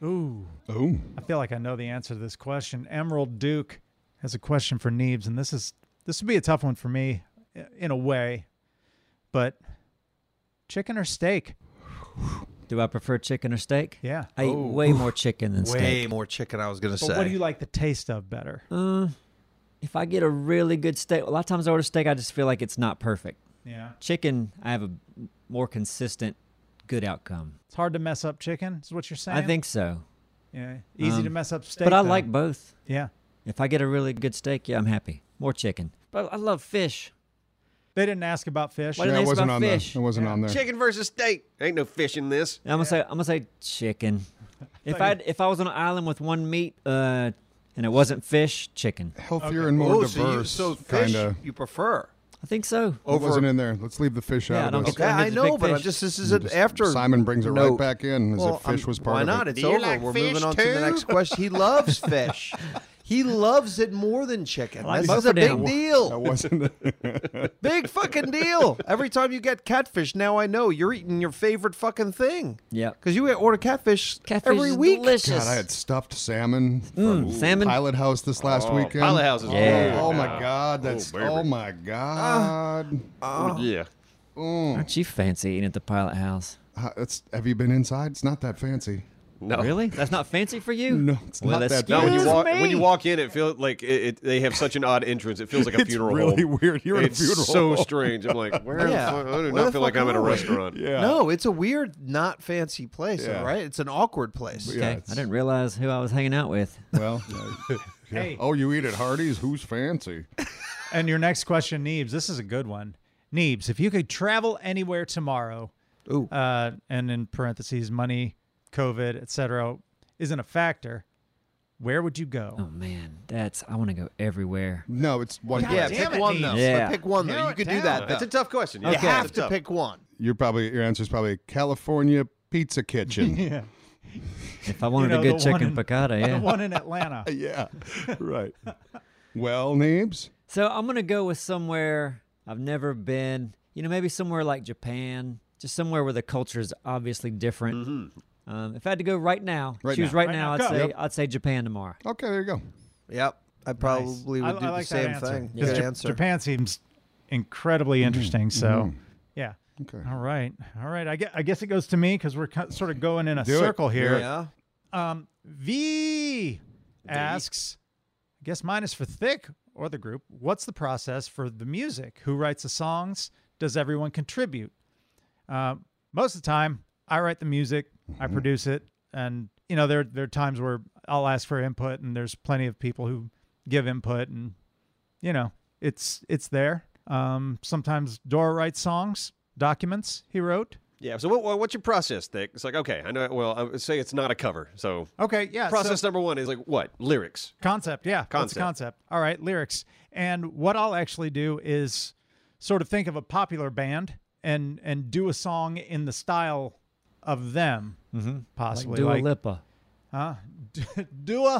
S3: Ooh.
S5: Oh,
S3: I feel like I know the answer to this question. Emerald Duke has a question for Neebs, and this is this would be a tough one for me i- in a way. But chicken or steak?
S2: Do I prefer chicken or steak?
S3: Yeah.
S2: I eat way more chicken than
S1: Way
S2: steak.
S1: more chicken I was going to
S3: But
S1: say.
S3: what do you like the taste of better?
S2: Uh, if I get a really good steak, a lot of times I order steak, I just feel like it's not perfect.
S3: Yeah.
S2: Chicken, I have a more consistent, good outcome.
S3: It's hard to mess up chicken, is what you're saying.
S2: I think so.
S3: Yeah. Easy to
S2: Um,
S3: mess up steak.
S2: but I
S3: though.
S2: like both.
S3: Yeah.
S2: If I get a really good steak, yeah, I'm happy. More chicken. But I love fish.
S3: They didn't ask about fish.
S2: Why
S5: yeah,
S2: didn't
S5: it
S2: they
S5: wasn't
S2: spell
S5: on
S2: fish?
S5: there. It wasn't on there.
S4: Chicken versus steak. Ain't no fish in this.
S2: And I'm gonna say I'm gonna say chicken. If I if I was on an island with one meat, uh, and it wasn't fish, chicken.
S5: Healthier and more
S1: oh, so, you,
S5: diverse,
S1: so fish
S5: kind of.
S1: you prefer.
S2: I think so.
S5: It wasn't in there. Let's leave the fish
S2: Yeah, I
S5: out
S2: don't
S5: of this.
S2: get-
S1: Okay, I
S2: It's a
S1: know,
S2: big
S1: but I'm
S2: fish.
S1: just this is an after.
S5: Simon brings it right
S1: note.
S5: back in as
S1: Well,
S5: um, if fish
S1: I'm-
S5: was part
S1: why
S5: of
S1: not?
S5: it.
S1: It's
S9: Do you
S1: over.
S9: like
S1: We're
S9: fish
S1: moving on to the
S9: too?
S1: next question. He loves fish. he loves it more than chicken.
S2: like
S1: this
S2: both
S1: is a
S2: of them.
S1: big
S5: That
S1: deal.
S5: wasn't.
S1: Big fucking deal. Every time you get catfish, now I know you're eating your favorite fucking thing.
S2: Yeah.
S1: Because you order catfish,
S2: Catfish
S1: every
S2: is
S1: week.
S2: delicious.
S5: God, I had stuffed salmon
S2: Mm,
S5: from
S2: salmon.
S5: Pilot House this last
S4: Oh,
S5: weekend.
S4: Pilot House is
S5: Oh,
S2: Yeah.
S5: Oh,
S4: good.
S5: my God, that's
S4: baby.
S5: oh my God.
S4: Yeah.
S2: Aren't you fancy eating at the pilot house?
S5: Uh, it's, have you been inside? It's not that fancy.
S4: No.
S2: Really? That's not fancy for you?
S5: No, it's
S2: well,
S5: not that
S2: excuse
S4: No, when you
S5: Excuse
S4: walk when you walk in, it feels like it, it, they have such an odd entrance. It feels like a
S5: It's
S4: funeral.
S5: really
S4: home.
S5: weird. You're in a
S4: it's
S5: funeral
S4: So
S5: home.
S4: strange. I'm like, where?
S1: Yeah.
S4: The fuck? I
S1: Where
S4: do
S1: the
S4: not feel like
S1: fuck
S4: I'm at a
S1: are we?
S4: restaurant.
S5: Yeah.
S1: No, it's a weird, not fancy place,
S5: Yeah.
S1: all right? It's an awkward place.
S5: Yeah,
S2: Okay,
S5: it's-
S2: I didn't realize who I was hanging out with.
S5: Well, yeah.
S3: Hey.
S5: oh, you eat at Hardee's? Who's fancy?
S3: And your next question, Neebs, this is a good one. Neebs, if you could travel anywhere tomorrow,
S1: Ooh.
S3: Uh, and in parentheses, money COVID, et cetera, isn't a factor, where would you go?
S2: Oh man, that's I want to go everywhere.
S5: No, it's one.
S4: Yeah,
S5: place.
S3: damn
S4: pick
S3: it,
S4: one
S3: Nate.
S4: though.
S2: Yeah.
S4: Pick one though.
S3: Narrow
S4: You
S3: it
S4: could do
S3: down.
S4: that. That's a tough question. Yeah.
S2: Okay.
S4: You have
S2: It's
S4: to pick one.
S5: You're probably your answer is probably California Pizza Kitchen.
S3: yeah.
S2: If I wanted
S3: know,
S2: a
S3: the
S2: good
S3: one
S2: chicken
S3: in-
S2: piccata,
S3: The
S2: yeah.
S3: one in Atlanta.
S5: yeah, right. Well, Neebs,
S2: So I'm gonna go with somewhere I've never been. You know, maybe somewhere like Japan, just somewhere where the culture is obviously different. Um, if I had to go right now,
S5: Right
S2: choose
S5: now.
S2: right,
S3: Mm-hmm. Right
S2: now,
S3: now,
S2: I'd
S3: go.
S2: say
S3: Yep.
S2: I'd say Japan tomorrow.
S5: okay, there you go.
S1: Yep. I probably
S3: I-
S1: would do
S3: I like
S1: the same
S3: that answer.
S1: thing.
S3: 'Cause
S1: Good
S3: Ja-
S1: answer. Mm-hmm.
S3: Japan seems incredibly interesting. So, yeah.
S5: Okay.
S3: All right. All right. I guess, I guess it goes to me because we're cut, sort of going in a
S5: Do it.
S3: circle here.
S1: Yeah.
S3: Um, v asks, I guess mine is for Thick or the group. What's the process for the music? Who writes the songs? Does everyone contribute? Uh, most of the time, I write the music, I produce it, and you know there there are times where I'll ask for input, and there's plenty of people who give input, and you know it's it's there. Um, sometimes Dora writes songs, documents he wrote.
S4: Yeah. So what, what, what's your process, Thick? It's like okay, I know. Well, I would say it's not a cover. So
S3: Okay, yeah. so-
S4: process number one is like what lyrics.
S3: Concept, yeah. That's the
S4: Concept.
S3: concept. All right, lyrics. And what I'll actually do is sort of think of a popular band and and do a song in the style of them, mm-hmm. possibly
S2: Dua
S3: like
S2: Lipa.
S3: huh? Dua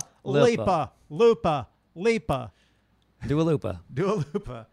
S2: Lipa.
S3: Lipa, Lupa, Lipa,
S2: Dua Lipa.
S3: Dua Lupa.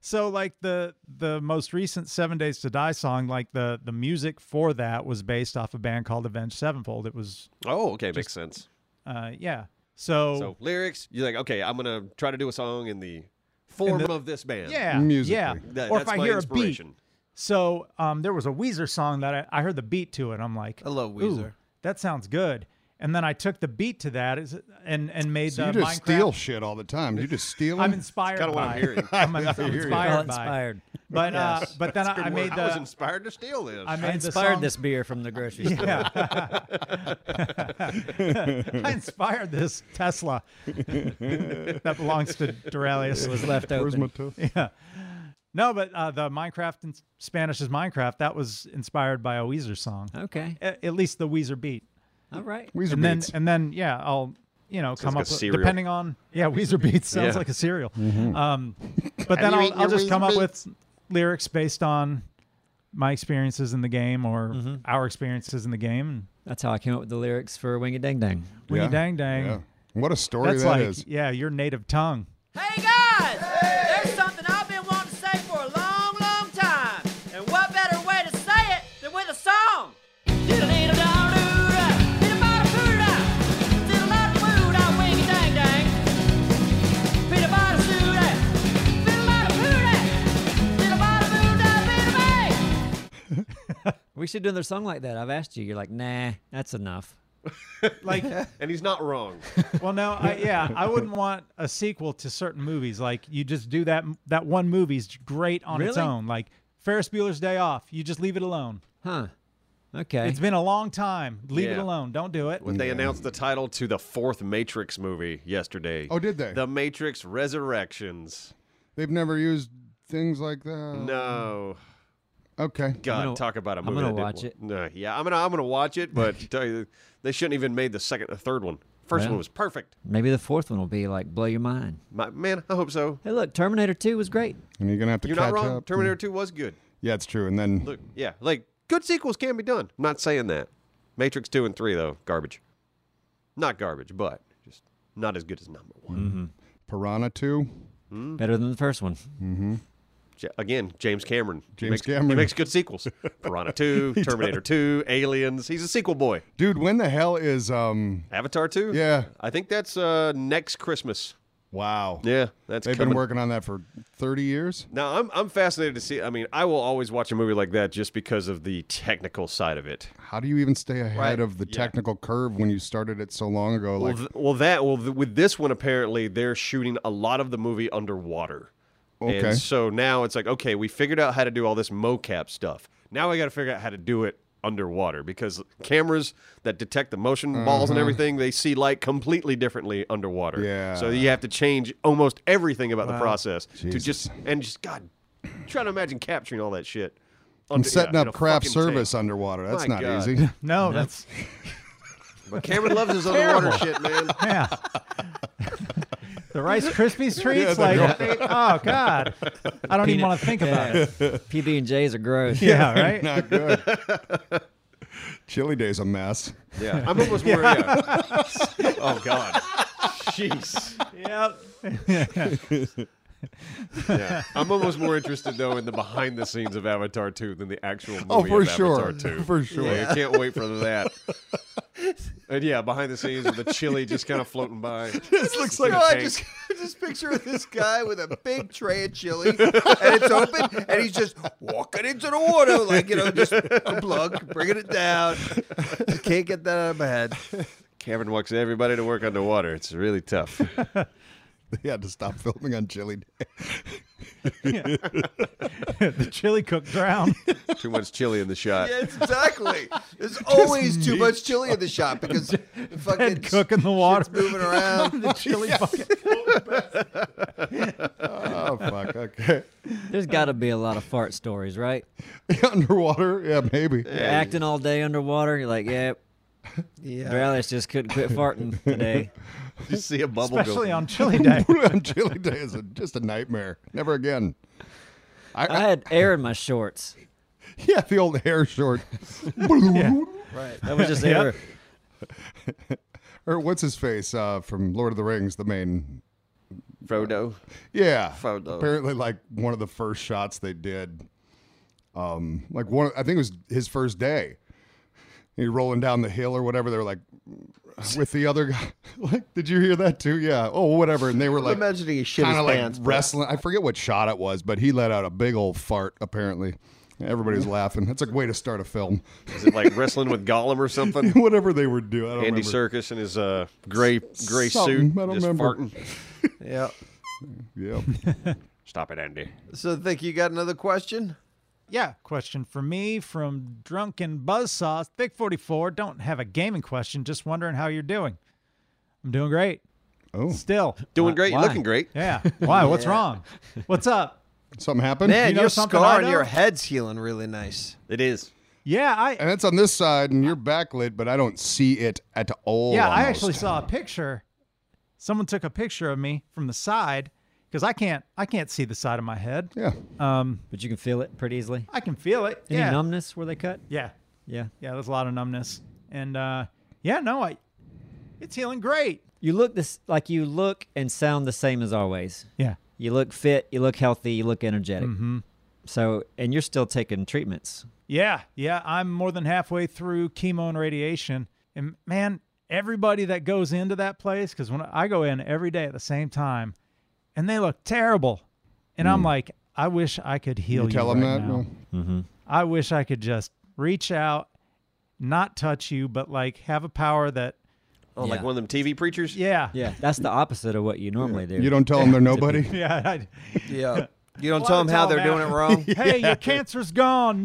S3: So like the the most recent Seven Days to Die song, like the the music for that was based off a band called Avenged Sevenfold. It was,
S4: Oh, okay, makes sense.
S3: uh, yeah. So,
S4: So lyrics, you're like okay, I'm gonna try to do a song in the form of this band.
S3: yeah,
S5: Musically.
S3: yeah.
S4: That-
S3: or if
S4: that's
S3: I
S4: my
S3: hear a beat,
S4: inspiration.
S3: So um, there was a Weezer song that I, I heard the beat to it. I'm like,
S1: I love
S3: "Ooh,
S1: Weezer."
S3: that sounds good. And then I took the beat to that is- and and made
S5: So
S4: uh,
S3: the
S5: you just
S3: Minecraft.
S5: steal shit all the time. You just steal.
S3: I'm
S5: them?
S3: inspired
S4: kinda what
S3: by.
S4: I'm hearing.
S3: I'm, I'm inspired
S2: Well,
S3: by.
S2: inspired.
S3: But uh, but then I, I made
S4: I was
S3: the
S4: inspired to steal this.
S3: I made
S2: I
S3: the
S2: inspired
S3: song-
S2: this beer from the grocery store.
S3: Yeah. I inspired this Tesla that belongs to Duralius.
S2: It was left open.
S5: Where's my tooth?
S3: No, but uh, the Minecraft in Spanish is Minecraft. That was inspired by a Weezer song.
S2: okay.
S3: A- at least the Weezer beat.
S2: All right.
S5: Weezer
S3: and then
S5: beats.
S3: and then yeah, I'll you know come
S4: like
S3: up
S4: a
S3: with,
S4: cereal.
S3: depending on yeah Weezer beats sounds
S4: Yeah.
S3: like a cereal.
S5: Mm-hmm.
S3: Um, but then
S9: you
S3: I'll,
S9: eaten
S3: I'll
S9: your
S3: just come
S9: Weezer
S3: up with lyrics based on my experiences in the game or our experiences in the game.
S2: That's how I came up with the lyrics for Wing a Dang Dang.
S3: Winnie
S5: Yeah.
S3: dang dang.
S5: Yeah. What a story
S3: That's
S5: that
S3: like
S5: is.
S3: yeah your native tongue.
S10: Hey guys, there's something I've been wanting to say for a long, long time. And what better way to say it than with a song? Diddle-diddle-doo-doo-dah, diddle-bada-boo-dah, diddle-bada-boo-dah, wing-a-dang-dang. Diddle-bada-soo-dah, diddle-bada-boo-dah, diddle-bada-boo-dah, diddle-bang.
S2: We should do another song like that. I've asked you. You're like, nah, that's enough.
S3: Like
S4: and he's not wrong.
S3: well no I, yeah I wouldn't want a sequel to certain movies. Like you just do that that one movie's great on its
S2: Really?
S3: own. Like Ferris Bueller's Day Off. You just leave it alone.
S2: Huh. Okay.
S3: It's been a long time. Leave it
S4: Yeah.
S3: alone. Don't do it.
S4: When they announced the title to the fourth Matrix movie yesterday.
S5: Oh, did they?
S4: The Matrix Resurrections.
S5: They've never used things like that.
S4: No.
S5: Okay.
S4: God,
S2: gonna-
S4: talk about a
S2: I'm
S4: movie.
S2: gonna
S4: that did
S2: watch
S4: one.
S2: it.
S4: No, yeah, I'm gonna I'm gonna watch it, but tell you, they shouldn't even made the second, the third one. First
S2: Well.
S4: one was perfect.
S2: Maybe the fourth one will be like blow your mind.
S4: My, man, I hope so.
S2: Hey, look, Terminator 2 was great.
S5: And you're gonna have to
S4: You're
S5: catch
S4: not wrong.
S5: up.
S4: Terminator Two was good.
S5: Yeah, it's true. And then
S4: Look, yeah, like good sequels can be done. I'm not saying that. Matrix Two and Three though, garbage. Not garbage, but just not as good as number one.
S2: Mm-hmm.
S5: Piranha Two.
S3: Mm.
S2: Better than the first one.
S4: Ja- Again, James Cameron. He
S5: James
S4: makes-
S5: Cameron.
S4: He makes good sequels. Piranha 2, Terminator 2, Aliens. He's a sequel boy.
S5: Dude, when the hell is um?
S4: Avatar 2?
S5: Yeah.
S4: I think that's uh, next Christmas.
S5: Wow.
S4: Yeah, that's
S5: They've
S4: coming.
S5: been working on that for 30 years.
S4: Now, I'm, I'm fascinated to see. I mean, I will always watch a movie like that just because of the technical side of it.
S5: How do you even stay ahead
S4: Right.
S5: of the
S4: Yeah.
S5: technical curve when you started it so long ago?
S4: Well,
S5: Like,
S4: th- well that, well, th- with this one, apparently, they're shooting a lot of the movie underwater.
S5: Okay.
S4: And so now it's like, okay, we figured out how to do all this mocap stuff. Now I got to figure out how to do it underwater because cameras that detect the motion balls and everything, they see light completely differently underwater.
S5: Mm-hmm. Yeah.
S4: So you have to change almost everything about the process to
S5: Jesus.
S4: just and just God, trying to imagine capturing all that shit.
S5: I'm
S4: Under- yeah,
S5: setting
S4: in a
S5: up craft
S4: fucking tank.
S5: service underwater. That's
S4: My
S5: not
S4: God.
S5: easy.
S3: No, that's
S4: But Cameron loves his underwater shit, man.
S3: yeah. The Rice Krispies treats,
S5: they're
S3: like, oh god, I don't even
S2: Peanut-
S3: want to think about it.
S2: PB and J's are gross.
S3: Yeah, right.
S5: Not good. Chili Day's a mess.
S4: Yeah, I'm almost worried. Yeah. oh God, jeez.
S3: Yep.
S4: Yeah, I'm almost more interested though in the behind the scenes of Avatar 2 than the actual movie
S5: Oh, for
S4: of
S5: sure.
S4: Avatar 2.
S5: For sure.
S4: I can't wait for that. And yeah, behind the scenes with the chili just kind of floating by.
S5: This looks like
S4: a
S5: a
S4: tank.
S7: just, just picture this guy with a big tray of chili, and it's open, and he's just walking into the water, like you know, just unplug, bringing it down. I can't get that out of my head.
S4: Cameron walks everybody to work underwater. It's really tough.
S5: They had to stop filming on Chili Day.
S3: the chili cook drowned.
S4: Too much chili in the shot.
S7: Yes, exactly. There's always too much chili in the shop because the fucking
S3: Head cook in the water.
S7: shit's moving around.
S3: the chili bucket.
S5: Oh fuck. Okay.
S2: There's got to be a lot of fart stories, right?
S5: underwater? Yeah, maybe.
S2: You're acting all day underwater. You're like, yeah,
S1: Yeah.
S2: Morales just couldn't quit farting today.
S4: You see a bubble
S3: especially
S4: go.
S3: on chili day.
S5: on Chili Day is a, just a nightmare. Never again. I,
S2: I
S5: I,
S2: had air in my shorts.
S5: yeah, the old hair short.
S2: That was just
S3: Yeah.
S2: air.
S5: Or what's his face uh, from Lord of the Rings? The main.
S4: Frodo.
S5: Yeah.
S7: Frodo.
S5: Apparently, like one of the first shots they did. Um, like one, I think it was his first day. He rolling down the hill or whatever. They were like, with the other guy. Like, did you hear that too? Yeah. Oh, whatever. And they were
S1: I'm
S5: like,
S1: imagining he shit his
S5: kind of like
S1: pants. but-
S5: wrestling. I forget what shot it was, but he let out a big old fart. Apparently, everybody's laughing. That's a way to start a film.
S4: Is it like wrestling with Gollum or something?
S5: Whatever they were doing, I don't
S4: Andy
S5: remember.
S4: Circus in his uh, gray gray
S5: Something.
S4: suit,
S5: I don't
S4: just
S5: remember.
S4: farting.
S1: Yeah.
S5: Yep.
S4: Stop it, Andy.
S1: So, think you got another question?
S3: Yeah. Question for me from Drunken Buzzsaw, Thick 44. Don't have a gaming question, just wondering how you're doing. I'm doing great.
S5: Oh,
S3: Still.
S4: Doing great. You're
S2: why?
S4: looking great.
S3: Yeah. Why? What's wrong? What's up?
S5: something happened.
S1: Man,
S3: You know
S1: your
S3: something I
S1: scar on
S3: know?
S1: your head's healing really nice.
S4: It is.
S3: Yeah, I
S5: and it's on this side, and you're backlit, but I don't see it at all.
S3: yeah, I
S5: almost.
S3: actually saw a picture. Someone took a picture of me from the side because I can't I can't see the side of my head.
S5: Yeah,
S3: Um
S2: But you can feel it pretty easily.
S3: I can feel it.
S2: Any
S3: yeah.
S2: numbness where they cut?
S3: yeah.
S2: Yeah.
S3: Yeah, there's a lot of numbness. And uh yeah, no, I it's healing great.
S2: You look this like you look and sound the same as always.
S3: Yeah.
S2: You look fit. You look healthy. You look energetic. Mm-hmm. So, and you're still taking treatments.
S3: Yeah, yeah. I'm more than halfway through chemo and radiation. And man, everybody that goes into that place, because when I go in every day at the same time, and they look terrible. And I'm like, I wish I could heal
S5: Hmm. you
S3: you.
S5: tell
S3: right
S5: them that.
S3: now.
S5: No.
S3: I wish I could just reach out, not touch you, but like have a power that,
S4: Oh, like
S2: Yeah.
S4: one of them TV preachers.
S3: yeah.
S2: Yeah, that's the opposite of what you normally do.
S5: You don't tell them they're nobody.
S3: Yeah. I-
S1: Yeah. You don't
S3: Well,
S1: tell them
S3: it's
S1: how
S3: all
S1: they're doing
S3: matter.
S1: it wrong.
S3: hey, your cancer's gone,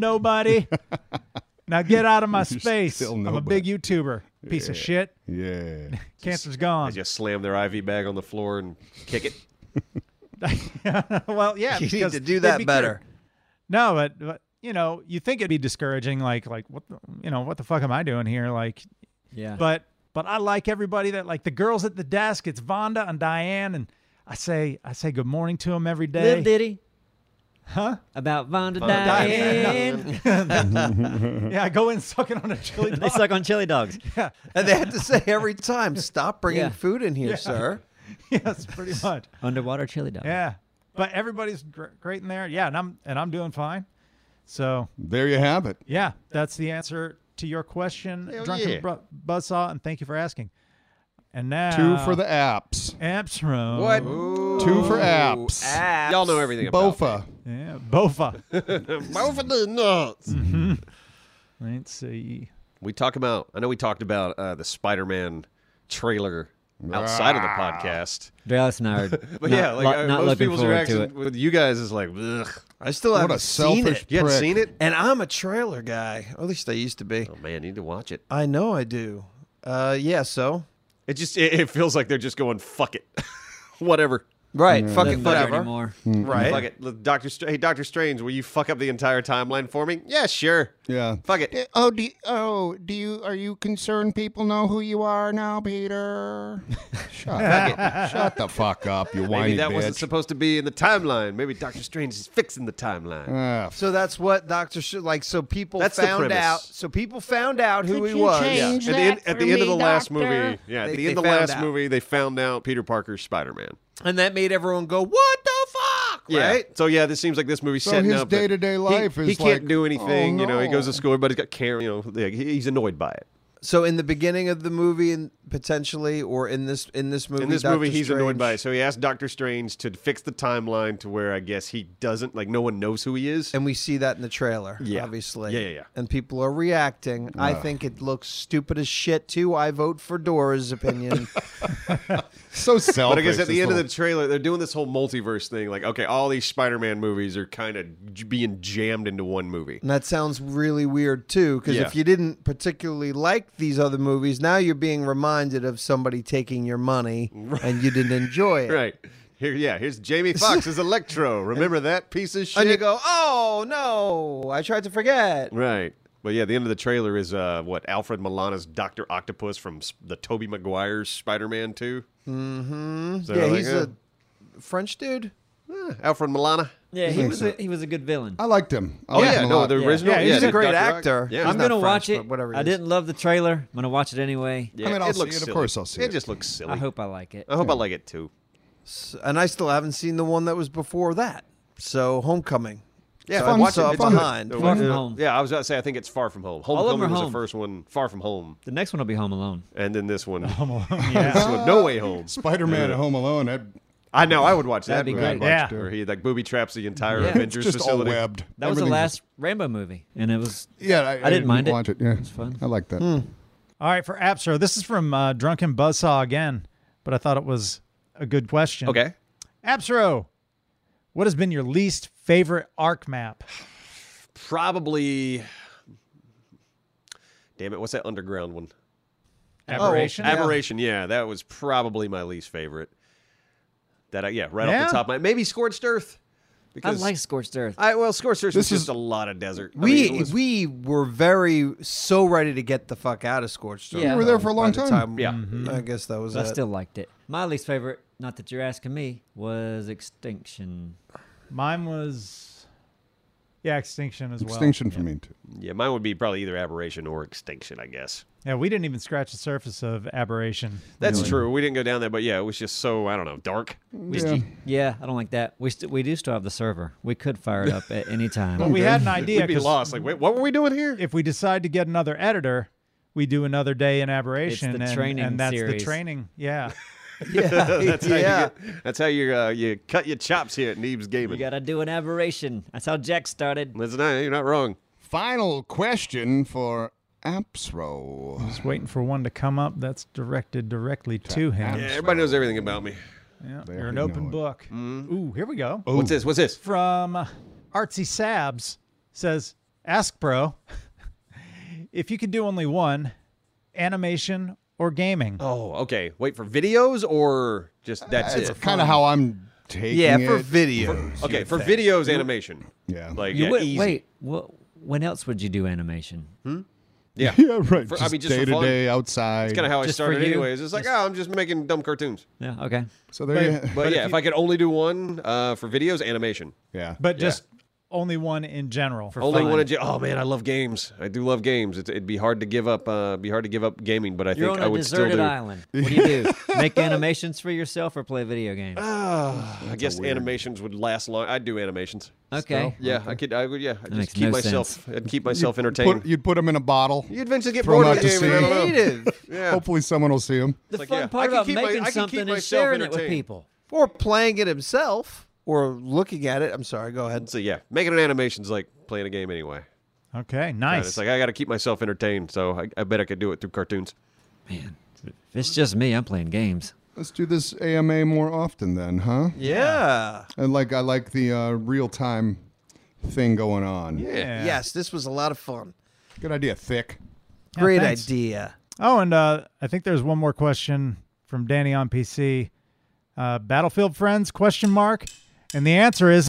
S3: nobody. now get out of my space.
S5: still
S3: I'm a
S5: nobody.
S3: big YouTuber. Piece of shit.
S5: Yeah.
S3: Cancer's gone.
S4: They just slam their IV bag on the floor and kick it.
S3: well, yeah,
S1: You need
S3: because
S1: to do
S3: they'd
S1: that
S3: be
S1: better.
S3: cured. No, but, but you know, you think it'd be discouraging, like like what the, you know what the fuck am I doing here? Like,
S2: Yeah.
S3: but but I like everybody that like the girls at the desk. It's Vonda and Diane, and I say I say good morning to them every
S2: Little
S3: day.
S2: Diddy. Huh? About Vonda
S3: Diane.
S2: Diane.
S3: yeah, I go in sucking on a chili
S2: they
S3: dog.
S2: suck on chili dogs.
S1: And they had to say every time, stop bringing
S2: Yeah.
S1: food in here, sir.
S3: yes, pretty much.
S2: Underwater chili dogs.
S3: Yeah, but everybody's gr- great in there. Yeah, and I'm and I'm doing fine. So
S5: There you have it.
S3: Yeah, that's the answer to your question, Drunken
S4: yeah.
S3: Bru- Buzzsaw, and thank you for asking. And now
S5: Two for the apps.
S3: Amstrom.
S4: What?
S5: Two for apps.
S4: Y'all know everything about
S5: Bofa.
S3: Yeah, Bofa.
S4: Both of the nuts.
S2: Mm.
S3: Let's see.
S4: We talk about. I know we talked about uh, the Spider-Man trailer outside of the podcast,
S2: Dallas and I are but
S4: Ah. but
S2: not,
S4: yeah, like
S2: lo-
S4: uh,
S2: not
S4: most
S2: looking
S4: people's
S2: forward to
S4: reaction
S2: it.
S4: with you guys is like, Ugh.
S1: I still
S5: What
S1: haven't
S5: a
S1: seen
S5: selfish
S1: it.
S4: you
S5: prick.
S4: hadn't seen it?
S1: And I'm a trailer guy. Or at least I used to be.
S4: Oh man, you need to watch it.
S1: I know I do. Uh, yeah, so
S4: It just it, it feels like they're just going fuck it, whatever.
S1: Right. Fuck it.
S2: Doesn't matter
S1: Whatever.
S2: anymore.
S4: Right. Fuck it. Look, Doctor Str- hey, Doctor Strange, will you fuck up the entire timeline for me? Yeah, sure.
S5: Yeah.
S4: Fuck it.
S5: Oh, do you, oh, do you are you concerned people know who you are now, Peter? Shut, up. Shut the fuck up, you whiny
S4: Maybe that
S5: bitch.
S4: wasn't supposed to be in the timeline. Maybe Doctor Strange is fixing the timeline.
S5: Ah,
S1: So that's what Doctor Sh- like. So people
S4: That's the
S1: found
S4: premise.
S1: out. So people found out who he was.
S4: yeah. At the end, at the end of the last movie, yeah, at
S1: They- they
S4: the end of the last
S1: found out.
S4: movie, they found out Peter Parker's Spider Man.
S1: and that made everyone go, "What the fuck?"
S4: Yeah.
S1: Right?
S4: So yeah, this seems like this movie's
S5: So
S4: setting
S5: his
S4: up that
S5: day-to-day
S4: he-
S5: life
S4: he
S5: is
S4: can't
S5: like,
S4: do anything.
S5: oh,
S4: You know, he
S5: no.
S4: goes to school, everybody's got care. You know, like, he- he's annoyed by it.
S1: So in the beginning of the movie, and potentially, or in this in this movie,
S4: In this
S1: Doctor
S4: movie, he's
S1: Strange,
S4: annoyed by it, so he asked Doctor Strange to fix the timeline to where I guess he doesn't like no one knows who he is.
S1: and we see that in the trailer,
S4: Yeah.
S1: obviously.
S4: Yeah, yeah, yeah.
S1: And people are reacting. I think it looks stupid as shit too. I vote for Dora's opinion.
S5: so selfish.
S4: But I guess at
S5: this
S4: the end of
S5: little-
S4: the trailer, they're doing this whole multiverse thing. Like, okay, all these Spider-Man movies are kind of j- being jammed into one movie.
S1: and that sounds really weird too, because
S4: Yeah.
S1: if you didn't particularly like these other movies, now you're being reminded of somebody taking your money and you didn't enjoy it.
S4: Right. Here, yeah, here's Jamie Foxx as Electro. Remember that piece of shit?
S1: And you go, oh no, I tried to forget.
S4: right. But yeah, the end of the trailer is uh, what Alfred Milana's Doctor Octopus from s- the Toby Maguire's Spider-Man 2. Mm-hmm. So
S1: yeah,
S4: like,
S1: he's
S4: eh,
S1: a French dude.
S4: eh, Alfred Milana.
S2: Yeah, he was a, he was a good villain.
S5: I liked him. I
S4: Oh
S5: liked
S4: yeah,
S5: him a
S4: no,
S5: lot.
S4: the
S2: Yeah.
S4: original.
S3: Yeah, he's a
S4: the
S1: great
S4: Dr. Oct-
S1: actor.
S4: Yeah,
S2: I'm
S1: not
S2: gonna
S1: French,
S2: watch
S1: but
S2: it.
S1: whatever he
S2: I
S1: is.
S2: didn't love the trailer. I'm gonna watch it anyway.
S4: yeah,
S5: I mean, I'll
S4: it looks
S5: see it, of
S4: silly.
S5: course I'll see
S4: It
S5: it.
S4: just looks silly.
S2: I hope I like it.
S4: I
S1: Uh,
S4: hope I like it too.
S1: and I still haven't seen the one that was before that. So Homecoming.
S4: Yeah,
S1: so
S5: Fun
S1: I watched
S5: stuff,
S1: it
S5: fun.
S1: behind.
S2: Far from home.
S4: Yeah, I was about to say I think it's Far From Home.
S2: of them
S4: Homecoming
S2: are
S4: was
S2: home.
S4: the first one. Far From Home,
S2: The next one will be Home Alone.
S4: and then this one,
S3: Yeah.
S4: this one, No Way Home.
S5: Spider-Man at Home Alone. That
S4: I know. I would watch that.
S2: That'd be
S4: movie.
S2: great.
S3: Yeah.
S4: Where he like booby traps the entire
S2: Yeah.
S5: It's
S4: Avengers
S5: just
S4: facility.
S5: all webbed.
S2: That was the
S5: Everything's
S2: last Rambo movie, and it was
S5: just- yeah, I,
S2: didn't mind it.
S5: Watch it. Yeah,
S2: It's fun.
S5: I like that.
S4: Hmm.
S3: All right, for Absor, this is from uh, Drunken Buzzsaw again, but I thought it was a good question.
S4: Okay.
S3: Absro, what has been your least favorite arc map?
S4: Probably. Damn it! What's that underground one?
S2: Oh,
S3: Aberration.
S4: Aberration. Oh, Yeah, that was probably my least favorite. That I, yeah, right
S3: Yeah?
S4: off the top of my maybe scorched earth.
S2: I
S4: Because
S2: like Scorched Earth.
S4: I- well, scorched earth
S5: This
S4: is just
S5: is-
S4: a lot of desert. I
S1: We
S4: mean, it was-
S1: we were very so ready to get the fuck out of Scorched Earth.
S2: Yeah. We were
S5: there for a
S1: by
S5: long
S1: the
S5: time.
S4: Yeah.
S1: I guess that was
S2: but I
S1: it.
S2: still liked it. My least favorite, not that you're asking me, was Extinction.
S3: Mine was, yeah, Extinction as well.
S5: Extinction for me too.
S4: yeah, mine would be probably either aberration or extinction. I guess.
S3: Yeah, we didn't even scratch the surface of Aberration.
S4: That's true. We didn't go down there, but yeah, it was just so I don't know, dark.
S5: Yeah.
S2: Yeah, I don't like that. We st- we do still have the server. We could fire it up at any
S3: But
S2: time.
S3: we had an idea.
S4: We'd be
S3: 'cause
S4: lost. Like, wait, what were we doing here?
S3: If we decide to get another editor, we do another day in Aberration.
S2: It's the
S3: and,
S2: training
S3: and that's
S2: series.
S3: the training. Yeah.
S1: yeah,
S4: That's how
S1: yeah.
S4: you get, that's how you uh, you cut your chops here at Neebs
S2: You
S4: Gaming.
S2: gotta do an aberration. That's how Jack started.
S4: That's not, you're not wrong.
S5: Final question for Apsro.
S3: Just waiting for one to come up that's directed directly to him.
S4: Yeah, everybody knows everything about me.
S3: Yeah,
S5: They
S3: you're an
S5: already
S3: open
S5: know it.
S3: book. Ooh, here we go.
S4: What's this? What's this?
S3: From uh, Artsy Sabs says, "Ask bro, if you could do only one, animation or gaming."
S4: Oh, okay. Wait for videos or just that's
S5: That's
S4: it.
S5: kind of how I'm taking
S1: yeah,
S5: it.
S1: for videos.
S4: okay, for videos, animation.
S5: yeah.
S4: Like
S2: You
S4: yeah,
S2: would-
S4: easy.
S2: wait, what? When else would you do animation?
S4: Yeah,
S5: yeah, right.
S4: For- I
S5: just
S4: mean, just for
S5: day to
S4: fun.
S5: day outside.
S4: Kind of how I
S2: Just for
S4: started,
S2: you?
S4: anyways. It's like, oh, I'm just making dumb cartoons.
S2: Yeah. Okay.
S5: so there. you,
S4: But, yeah, if, I could only do one uh, for videos, animation.
S5: yeah.
S3: But just only one in general. For
S4: Only
S3: fun.
S4: one. J- oh man, I love games. I do love games. It's, it'd be hard to give up. Uh, be hard to give up gaming, but I
S2: You're
S4: think
S2: on
S4: I
S2: a
S4: would still
S2: deserted
S4: do.
S2: island. What do you do? Make animations for yourself or play video games?
S4: Ah, I guess animations would last long. I'd do animations.
S2: okay.
S4: Yeah, I could. I would. Yeah, I'd
S2: makes
S4: just keep
S2: no
S4: myself. I'd keep myself entertained.
S5: Put, you'd put them in a bottle.
S4: you eventually get
S5: throw 'em
S4: bored of
S5: out
S4: the
S5: to
S4: game. and I
S5: sea.
S4: don't know. Yeah.
S5: Hopefully, someone will see them.
S2: The
S4: like,
S2: fun
S4: yeah, I
S2: part
S4: can
S2: about
S4: keep my-
S2: making
S4: I can keep
S2: something is
S4: myself
S2: sharing it with
S4: entertained.
S2: people.
S1: Or playing it himself or looking at it. I'm sorry, go ahead.
S4: So yeah, making an animation's like playing a game anyway.
S3: Okay,
S4: And
S3: nice.
S4: it's like I got to keep myself entertained, so I, I bet I could do it through cartoons.
S2: Man, if it's just me, I'm playing games.
S5: Let's do this AMA more often, then, huh?
S1: Yeah.
S5: And like, I like the uh, real time thing going on.
S3: Yeah.
S1: Yes, this was a lot of fun.
S5: Good idea. Thick.
S3: Yeah,
S1: Great
S3: thanks.
S1: idea.
S3: Oh, and uh, I think there's one more question from Danny on PC. Uh, Battlefield friends? Question mark. And the answer is.